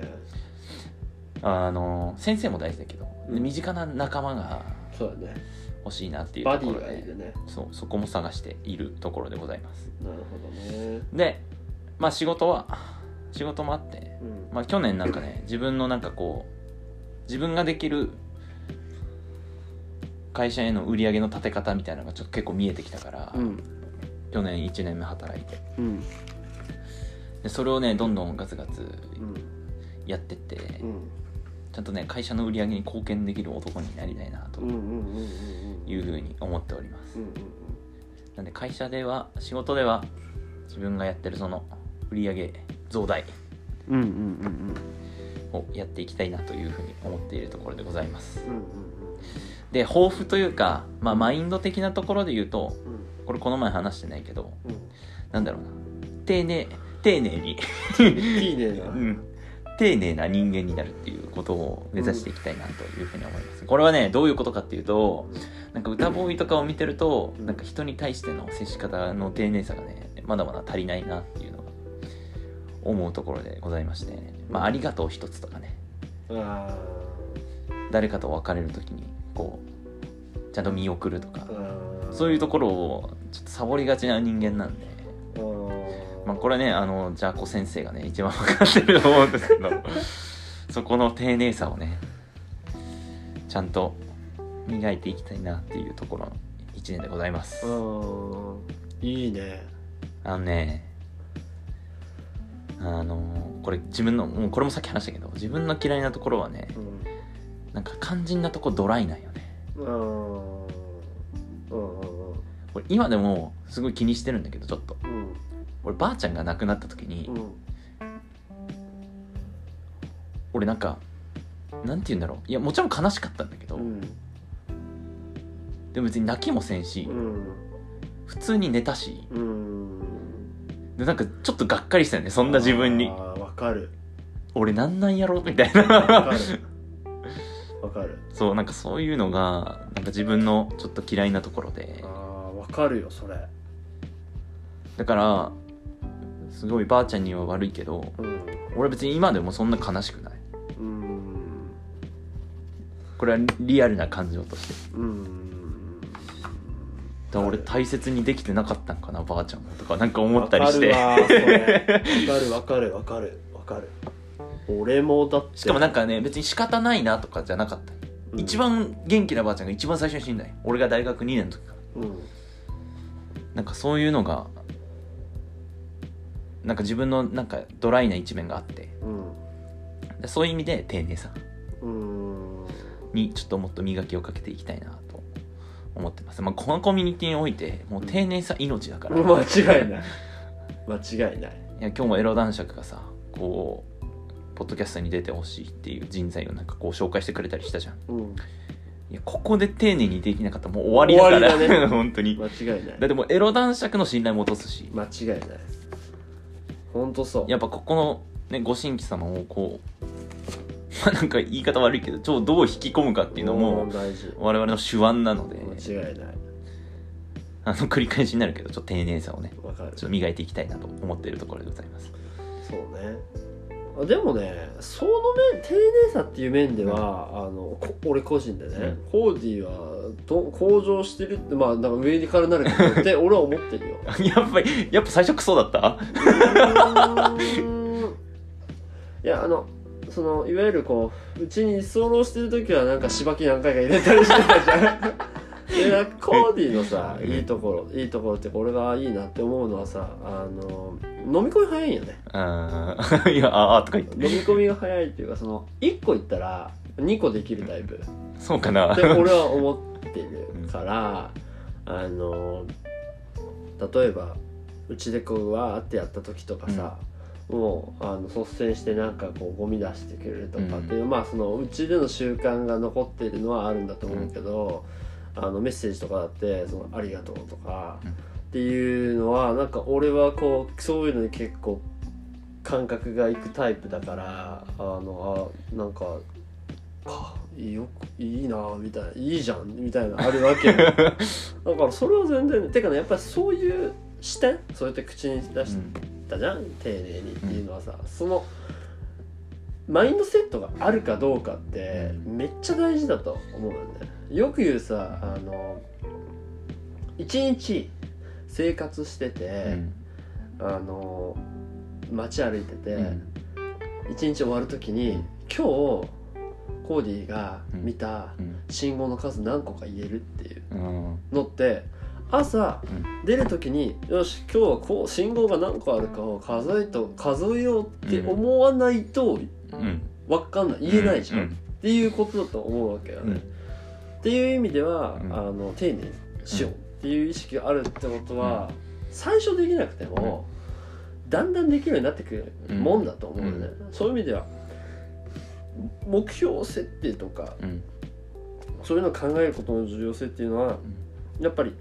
あの先生も大事だけど、
うん
身近な仲間が
そうだね
欲しいなっていう
バ
とこ
ディ
ろ
がい
で
るね
そうそこも探しているところでございます
なるほどね
でまあ仕事は仕事もあって、
うん
まあ、去年なんか ね自分のなんかこう自分ができる会社への売り上げの立て方みたいなのがちょっと結構見えてきたから、
うん
去年1年目働いて
うん
でそれをねどんどんガツガツ
うん
やってって、
うん
ちゃんとね会社の売り上げに貢献できる男になりたいなと
うんうんうんうんうん
いうふうに思っております、
うんうん
なんで会社では仕事では自分がやってるその売り上げ増大
うんうんうん
をやっていきたいなというふうに思っているところでございます
うんうんうん
で抱負というか、まあ、マインド的なところで言うと
うん
これこの前話してないけど
うん
なんだろうな丁寧丁寧に、
いいね
う
な、
ん、丁寧な人間になるっていうことを目指していきたいなというふうに思いますこれはねどういうことかっていうとなんか歌ボーイとかを見てるとなんか人に対しての接し方の丁寧さがねまだまだ足りないなっていうのが思うところでございまして、まあ、ありがとう一つとかね
あ
誰かと別れる時にこうちゃんと見送るとか
ーあー
そういうところをちょっとサボりがちな人間なんで、
あー
まあ、これねあのジャーコ先生がね一番分かってると思うんですけ どそこの丁寧さをねちゃんと磨いていきたいなっていうところの1年でございます。
うんいいね
あのね、あのこれ自分の、もうこれもさっき話したけど、自分の嫌いなところはね、
うん
なんか肝心なとこドライなんよね。
うんうんうん
これ今でもすごい気にしてるんだけど、ちょっと。
うん
俺ばあちゃんが亡くなった時に
う、ん
俺なんか、なんて言うんだろう。いや、もちろん悲しかったんだけど、
うん
でも別に泣きもせんし
う、ん
普通に寝たし、
うん
でなんかちょっとがっかりしたよね、そんな自分に
あ。ーわかる
俺なんなんやろみたい
わか
な。
るわかる
そう、なんかそういうのが、なんか自分のちょっと嫌いなところで
あ。ーわかるよそれ
だからすごいばあちゃんには悪いけど
うん
俺別に今でもそんな悲しくない
うん
これはリアルな感情として
うん
だから俺
わか
大切にできてなかったんかなばあちゃんもとかなんか思
る
ったりして
わかるわわかるわかるわかる俺もだって
しかもなんかね別に仕方ないなとかじゃなかった、
うん
一番元気なばあちゃんが一番最初に死んだんよ俺が大学2年の時から
うん
なんかそういうのがなんか自分のなんかドライな一面があって
うん
でそういう意味で丁寧さ
うん
にちょっともっと磨きをかけていきたいなと思ってます、まあ、このコミュニティにおいてもう丁寧さ命だから、い
間違いない間違いない
や今日もエロ男爵がさこうポッドキャストに出てほしいっていう人材をなんかこう紹介してくれたりしたじゃん
うん
いやここで丁寧にできなかったらもう終わりだか
終わり
ら、
だね
本当にだ
間違いない
ってもうエロ男爵の信頼も落とすし
間違いないほんとそう
やっぱここの、ね、ご新規様をこうまあなんか言い方悪いけど超どう引き込むかっていうの
ん
も
大事
我々の手腕なので
間違いない
あの繰り返しになるけどちょっと丁寧さをね
わかる
ちょっと磨いていきたいなと思っているところでございます。
そうねあでもねその面丁寧さっていう面では、あのこ俺個人でね、
う
コーディはど向上してるってまあなんか上からなるけどって俺は思ってるよ
やっぱり、やっぱ最初クソだった
うーんいやあのそのいわゆるこううちに居候してる時はなんかしばき何回か入れたりしてたじゃんいやコーディのさいいところいいところって俺がいいなって思うのはさあの飲み込み早いんよね
うんいや、ああ、とか言って。
飲み込みが早いっていうかその1個いったら2個できるタイプっ
そうかな。
て俺は思ってるからあの例えばうちでこうわーってやった時とかさ、もうあの率先してなんかこうゴミ出してくれるとかっていう、まあそのうちでの習慣が残っているのはあるんだと思うけど、あのメッセージとかだって「そのありがとう」とか
うん
っていうのはなんか俺はこうそういうのに結構感覚がいくタイプだからあのあなんか。かよくいいなみたいないいじゃんみたいなある わけよだからそれは全然てかねやっぱりそういう視点そうやって口に出して
うん
ったじゃん丁寧にっていうのはさ、そのマインドセットがあるかどうかってめっちゃ大事だと思うよねよく言うさあの一日生活してて、あの街歩いてて、
うん
一日終わる時に今日コーディが見た
うん
信号の数何個か言えるっていう
うん
のって朝
うん
出る時によし今日はこう信号が何個あるかを数えと数えようって思わないと
うん
分かんない言えないじゃん、
う
っ
ん
ていうことだと思うわけよ
う
ね、
ん
っていう意味では、
うん
あの丁寧にしようっていう意識があるってことは、最初できなくても、だんだんできるようになってくるもんだと思うよね、そういう意味では目標設定とか
うん
そういうのを考えることの重要性っていうのはやっぱり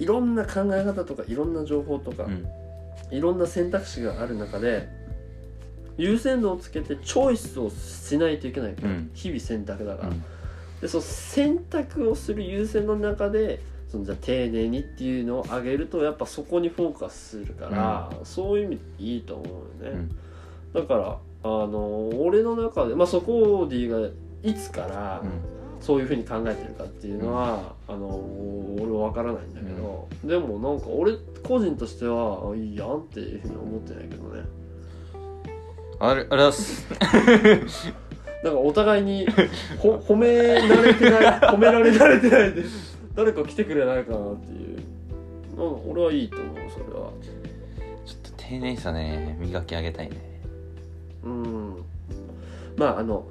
いろんな考え方とかいろんな情報とか、
うん
いろんな選択肢がある中で優先度をつけてチョイスをしないといけないから、
うん
日々選択だから、でその選択をする優先の中でそのじゃあ丁寧にっていうのを上げるとやっぱそこにフォーカスするから、そういう意味でいいと思うよね、だからあの俺の中で、まあ、そこを D がいつから
うん
そういうふうに考えてるかっていうのは、あの俺は分からないんだけど、でもなんか俺個人としてはいいやんっていうふうに思ってないけどね
あれありがとうございます
なんかお互いに ほ褒められてない褒められ慣れてないで誰か来てくれないかなっていうなんか俺はいいと思うそれは
ちょっと丁寧さね磨き上げたいね
うんまああの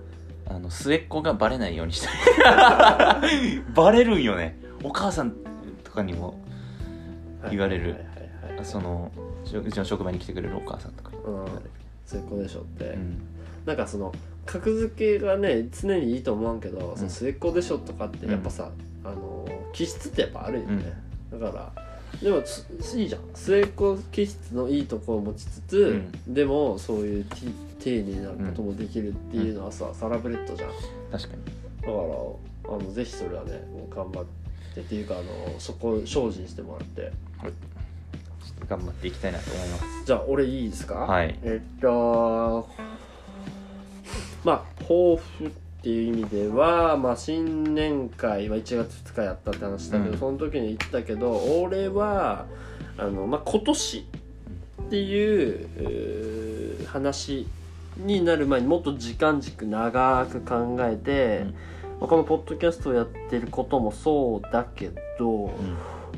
あの末っ子がバレないようにしたいバレるんよねお母さんとかにも
はい
言われる
はいはいはいはい
そのしょうちの職場に来てくれるお母さんとかに
うん
言われる
成功でしょって、
うん
なんかその格付けがね常にいいと思わんけど、その末っ子でしょとかってやっぱさ、あの気質ってやっぱあるよね、だからでもついいじゃん末っ子気質のいいとこを持ちつつ、でもそういうて丁寧なこともできるっていうのはさ、サラブレッドじゃんだか
確かに
らあのぜひそれはねもう頑張ってっていうかあのそこを精進してもらって
ちょっと頑張っていきたいなと思います
じゃあ俺いいですか
はい
えっとまあ抱負っていう意味では、まあ、新年会は1月2日やったって話だけど、
うん
その時に言ったけど俺はあの、まあ、今年っていううー話になる前にもっと時間軸長く考えて、まあこのポッドキャストをやってることもそうだけど、
うん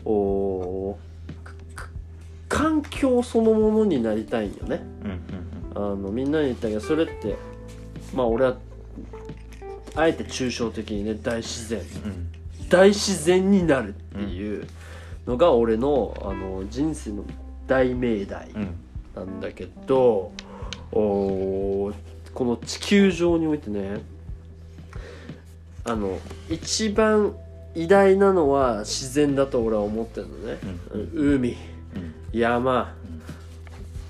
おーか環境そのものになりたいんよね。
うん
あのみんなに言ったけどそれってまあ俺はあえて抽象的にね大自然
うんうん
大自然になるっていうのが俺のあの人生の大命題
うんうん
なんだけど、おーこの地球上においてねあの一番偉大なのは自然だと俺は思ってるのね、海
うん
山、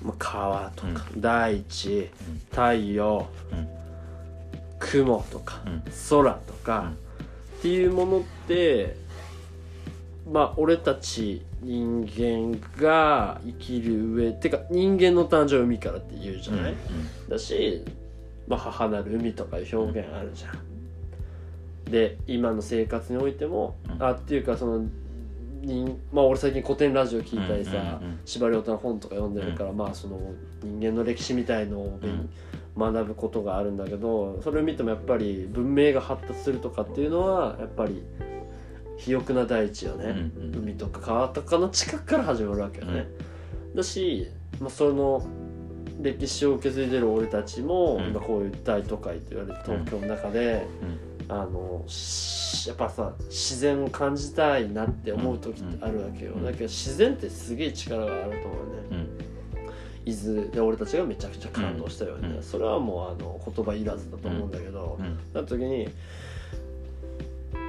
まあ川とか、大地
うん
太陽
うん
雲とか、
うん
空とか、
うん
っていうものってまあ俺たち人間が生きる上てか人間の誕生は海からって言うじゃない、だし、まあ、母なる海とかいう表現あるじゃん。で今の生活においても、
うん
あっていうかその人まあ俺最近古典ラジオ聞いたりさ
うんうんうん
司馬遼太の本とか読んでるから、まあその人間の歴史みたいのを勉学ぶことがあるんだけどそれを見てもやっぱり文明が発達するとかっていうのはやっぱり肥沃な大地よね。
うんうん
海とか川とかの近くから始まるわけよね、だし、まあ、その歴史を受け継いでる俺たちも、
うん
今こういう大都会と言われる東京の中で、あのしやっぱさ自然を感じたいなって思う時ってあるわけよ、
うん
だけど自然ってすげえ力があると思うね
うん
伊豆で俺たちがめちゃくちゃ感動したよね、
うん
それはもうあの言葉いらずだと思うんだけど、
うん
なった時に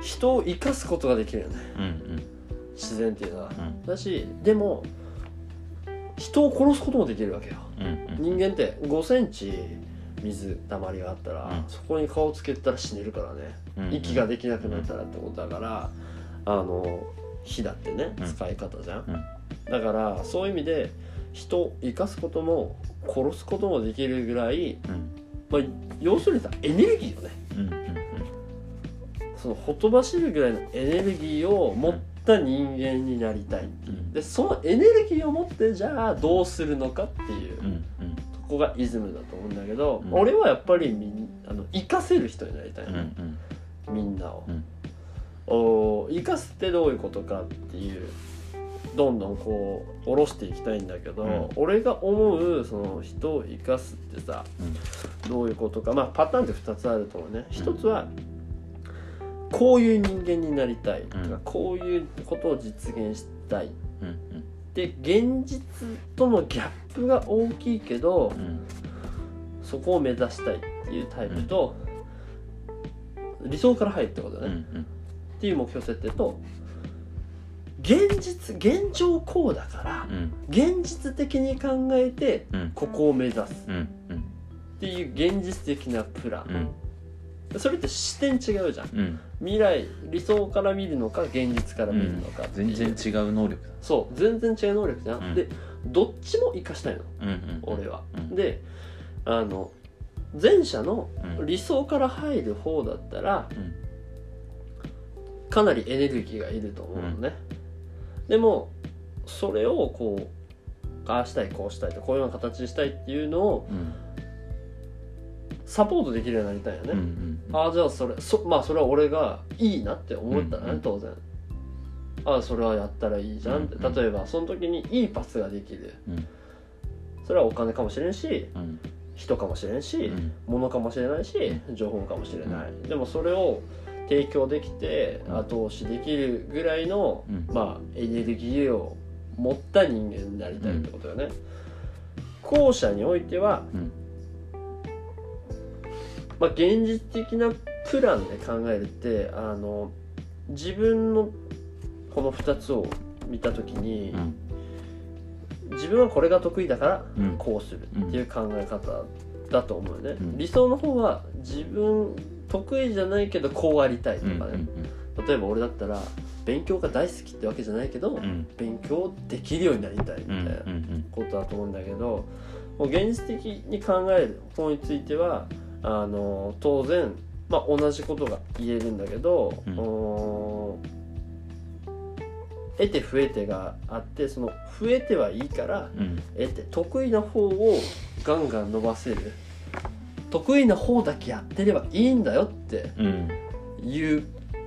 人を生かすことができるよね
うん
自然っていうのは。
うん
だしでも人を殺すこともできるわけよ
うん
人間って5センチ水たまりがあったら、
うん
そこに顔つけたら死ねるからね
うん
息ができなくなったらってことだからあの火だってね
うん
使い方じゃん、
うん
だからそういう意味で人を生かすことも殺すこともできるぐらい
うん
まあ、要するにさエネルギーよね
うんうん
そのほとばしるぐらいのエネルギーを持った人間になりたい
うん
でそのエネルギーを持ってじゃあどうするのかっていう
うんうん
とこがイズムだと思うんだけど、
うん
俺はやっぱりみんあの生かせる人になりたいの、
うん
みんなを
うん、
おー生かすってどういうことかっていうどんどんこう下ろしていきたいんだけど、
うん
俺が思うその人を生かすってさ、どういうことかまあパターンって2つあると思うね一つはこういう人間になりたい、と
うん
かこういうことを実現したい
うんうん
で現実とのギャップが大きいけど、
うん
そこを目指したいっていうタイプと、理想から入るってことだ
う
ね、
ん
っ
うん
ていう目標設定と現実現状こうだから
うん
現実的に考えて
うん
ここを目指すっ
うんうん
ていう現実的なプラ
う
ン、
ん
それって視点違うじゃん
うん
未来理想から見るのか現実から見るのかっていう
全然違う能力だ
そう全然違う能力じゃん、
うん
でどっちも生かしたいの
うんうん
俺は、
うん
であの前者の
うん
理想から入る方だったら、
うん
かなりエネルギーがいると思うのね、でもそれをこうああしたいこうしたいとこういうような形にしたいっていうのを
うん
サポートできるようになりたいよね、
うんうんうん
ああじゃあそれそまあそれは俺がいいなって思ったらね、
うん
当然ああそれはやったらいいじゃんって、
うんうん
例えばその時にいいパスができる、
うん
それはお金かもしれんし
うん
人かもしれんし、
うん
物かもしれないし情報かもしれない、でもそれを提供できて
うん
後押しできるぐらいの、
うん
まあ、エネルギーを持った人間になりたいってことよね、後者においては、
うん
まあ、現実的なプランで考えるってあの自分のこの2つを見た時に、
うん
自分はこれが得意だから
うん
こうするっていう考え方だと思うよね、
うん
理想の方は自分得意じゃないけどこうありたいと
うんうん
かね、例えば俺だったら勉強が大好きってわけじゃないけど、
うん
勉強できるようになりたいみ
う
たい
ん
なことだと思うんだけどもう現実的に考える方についてはあの当然、まあ、同じことが言えるんだけど、
うん
おー得て増えてがあってその増えてはいいから
うんうん
得て得意な方をガンガン伸ばせる得意な方だけやってればいいんだよって
うん
いう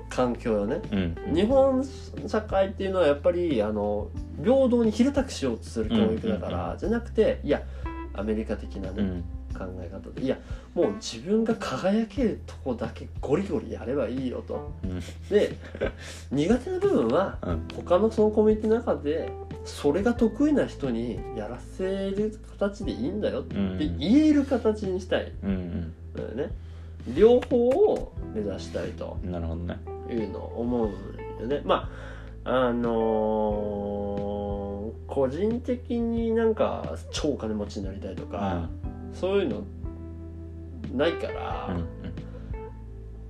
環境よね
うん
日本社会っていうのはやっぱりあの平等に平たくしようとする教育だから、
うんうん
じゃなくていやアメリカ的な、
う
ね
ん
考え方でいやもう自分が輝けるとこだけゴリゴリやればいいよと
うん
で苦手な部分は
うん
他のそのコミュニティの中でそれが得意な人にやらせる形でいいんだよって
うん
言える形にしたい
うん
のよね両方を目指したいと
うんなるほどね
いうのを思うよねまああのー個人的になんか超金持ちになりたいとか、そういうのないから、
うん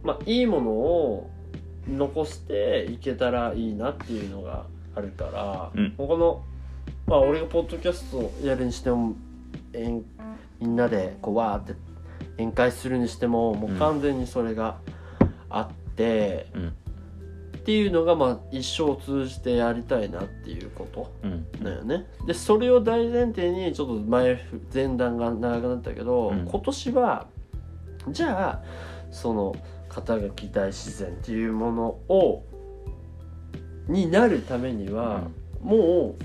まあいいものを残していけたらいいなっていうのがあるから、
うん
ここの、まあ、俺がポッドキャストをやるにしてもえんみんなでこうわーって宴会するにしてももう完全にそれがあって、
うん
っていうのがまあ一生を通じてやりたいなっていうこと
うんうん
だよね。でそれを大前提にちょっと前前段が長くなったけど、
うん
今年はじゃあその肩書き大自然っていうものをになるためには、もう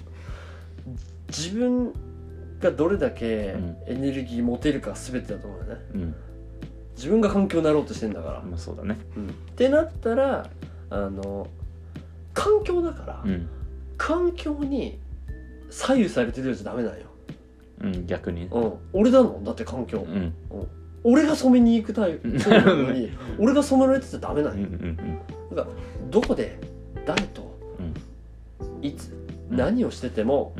自分がどれだけ
うん
エネルギー持てるか全てだと思うよね。
うん
自分が環境になろうとしてんだから。
まあそうだね
うんってなったらあの環境だから。
うん
環境に左右されてるようじゃダメなんよ、
うん逆にね
うん、俺だもんだって環境、
うん
俺が染めに行くタイ
うん
プそう なのに俺が染められてちゃダメな
うんんう
よ、
ん
どこで誰といつ
うん
何をしてても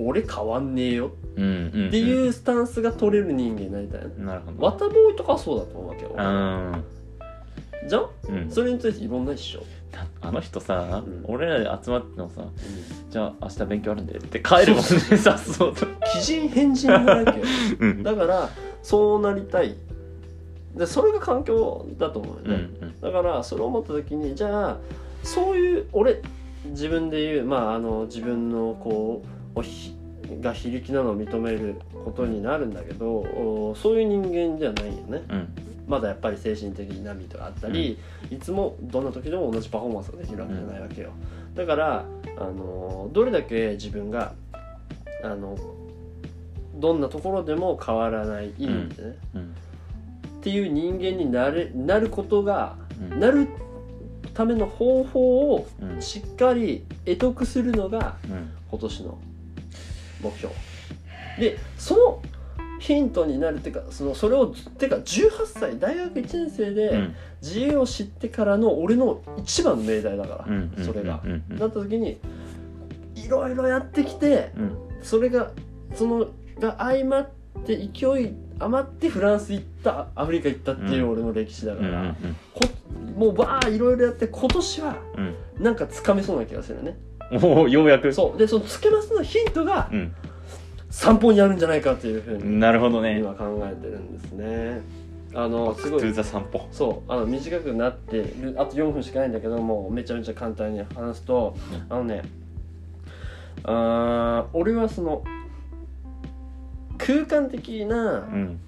うん
俺変わんねえよ
うんうんうん
っていうスタンスが取れる人間になりたいな
なるほど
ワタボーイとかはそうだと思うわけよ
あ
じゃん
ーうん
それについていろんな一緒、
あの人さ
うん
俺らで集まってもさ
うん、
じゃあ明日勉強あるんでって帰るもんね
そうそう
さっそうと
奇人変人なわけよ
うん
だからそうなりたいでそれが環境だと思うよ
うんう
ね、
ん
だからそれを思った時にじゃあそういう俺自分で言うまああの自分のこうおひが非力なのを認めることになるんだけどおそういう人間ではないよね
うん
まだやっぱり精神的に波とかあったり、いつもどんな時でも同じパフォーマンスができるわけじゃないわけよ、だからあのどれだけ自分があのどんなところでも変わらないいい意味でね、
うん
っていう人間になれなることが
うん
なるための方法を
うん
しっかり得得するのが
うん
今年の目標でそのヒントになるっていうかそのそれをてか18歳大学1年生
う
で
ん
自由を知ってからの俺の一番の命題だから、
うんうん
それが
う、ん
なった時にいろいろやってきて
うん
それがそのが相まって勢い余ってフランス行ったアフリカ行ったっていう俺の歴史だ
う
か
んうん
ら、
うん
こもうバーいろいろやって今年は
うん
なんかつかめそうな気がするね
おおようやく
そうでそのつけますのヒントが
うん
散歩にあるんじゃないかっていうふうに
なるほどね
今考えてるんですねあ
バ
の
ッ
す
クト
ご
ゥー
い
ザ散歩
そうあの短くなってるあと4分しかないんだけどもうめちゃめちゃ簡単に話すとあのねあー俺はその空間的な
うん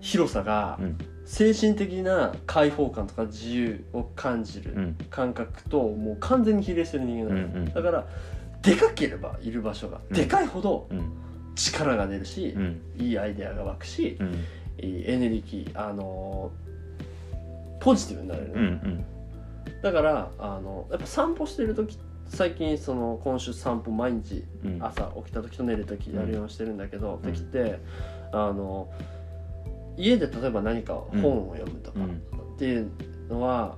広さが
うん
精神的な開放感とか自由を感じる
うん
感覚ともう完全に比例してる人間
うんう
なの、
ん
だからでかければいる場所が、
うん
でかいほど
うん
力が出るし
う、ん
いいアイデアが湧くし、
うん
いいエネルギーあのーポジティブになれる、
うんうん
だからあのやっぱ散歩してる時最近その今週散歩毎日
うん
朝起きた時と寝る時
うん
やるようにしてるんだけど、
うん
できてあの家で例えば何か本を読むとか
う
っ
ん
ていうのは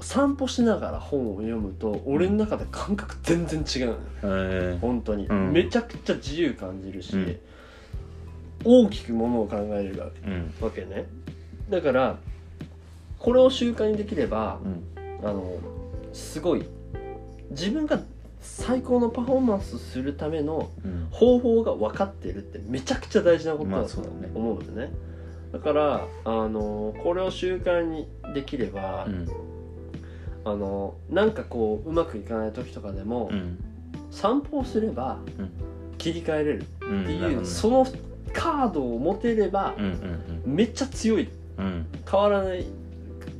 散歩しながら本を読むと俺の中で感覚全然違うのよ
へー
本当に、
うん
めちゃくちゃ自由感じるし、
うん
大きくものを考える
うん
わけねだからこれを習慣にできれば
うん
あのすごい自分が最高のパフォーマンスするための
うん
方法が分かってるってめちゃくちゃ大事なこと
ま
だ
あ
と
そうだね
思うのねだからあのこれを習慣にできれば、
うん
あのなんかこううまくいかない時とかでも、
うん
散歩をすれば
うん
切り替えれる
う
っ
ん
て
なるほ
いう、
どね
そのカードを持てれば
う、んうん
めっちゃ強い
うんうん
変わらない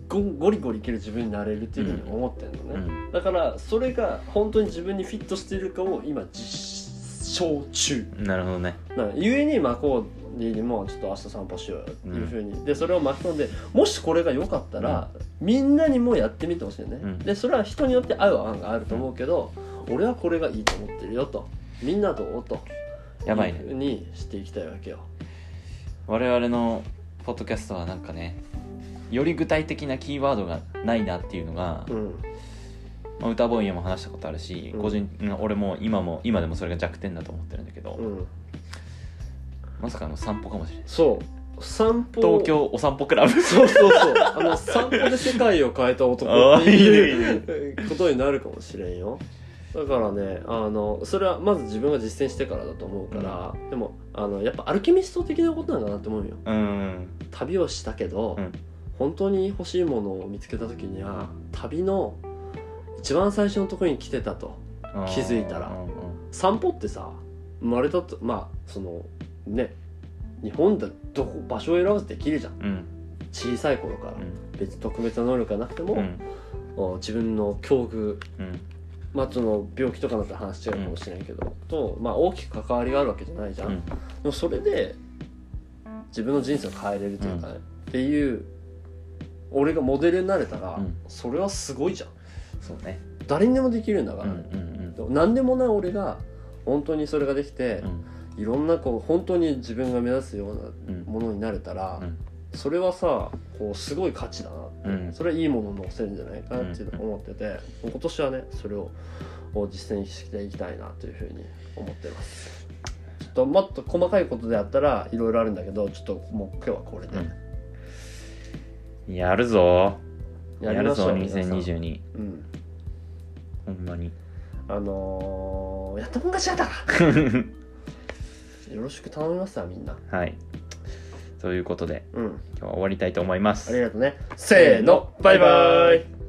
ゴゴリゴリいける自分になれるっていうふうに思ってるの
う
ね、
ん
だからそれが本当に自分にフィットしているかを今実証中
なるほどね
なのゆえにまあコーディにもちょっと明日散歩しようよっていうふうに、でそれを巻き込んでもしこれが良かったら、みんなにもやってみてほしいよね、
うん
でそれは人によって合う案があると思うけど、俺はこれがいいと思ってるよとみんなどうと
やばいね
うふうにしていきたいわけよ
我々のポッドキャストはなんかねより具体的なキーワードがないなっていうのが、
うん
まあ、歌ボーイヤも話したことあるし、
うん
個人うん俺も今も今でもそれが弱点だと思ってるんだけど、
うん
まさかの散歩かもしれない
そう散歩
東京お散歩クラ ブ
そうそうそうあの散歩で世界を変えた男って
あ
いうことになるかもしれんよだからねあのそれはまず自分が実践してからだと思うから、でもあのやっぱアルケミスト的なことなんだなって思うよ
うん
旅をしたけど、
うん
本当に欲しいものを見つけた時には旅の一番最初のところに来てたと気づいたら
うんうん
散歩ってさ生まれたとまあそのね日本でどこ場所を選ばずできるじゃん
うん
小さい頃から
うん
別に特別な能力がなくても、
うん
お自分の境遇、
うん
まあ、その病気とかだったら話違うかもしれないけど、と、まあ、大きく関わりがあるわけじゃないじゃ
う
ん、で
ん
もそれで自分の人生を変えれるというかね、っていう俺がモデルになれたら、
うん
それはすごいじゃん
そうね
誰にでもできるんだ
う
か
ん
ら、
う
ね
ん
何でもない俺が本当にそれができて
う、ん
いろんなこう本当に自分が目指すような
うん
ものになれたら、
うん
それはさこうすごい価値だなって、
うん
それはいいものを載せるんじゃないかなっていうのを思ってて、今年はねそれをを実践していきたいなというふうに思ってますちょっともっと細かいことであったらいろいろあるんだけどちょっともう今日はこれで
うんうんやるぞや
やり
る
ましょ
ぞ
う、皆さん
2022
うん
ほんま に
あのーやったもん勝ちだからよろしく頼みますわみんな
はいということで
うん
今日は終わりたいと思います
ありがとうねせーのバイバイ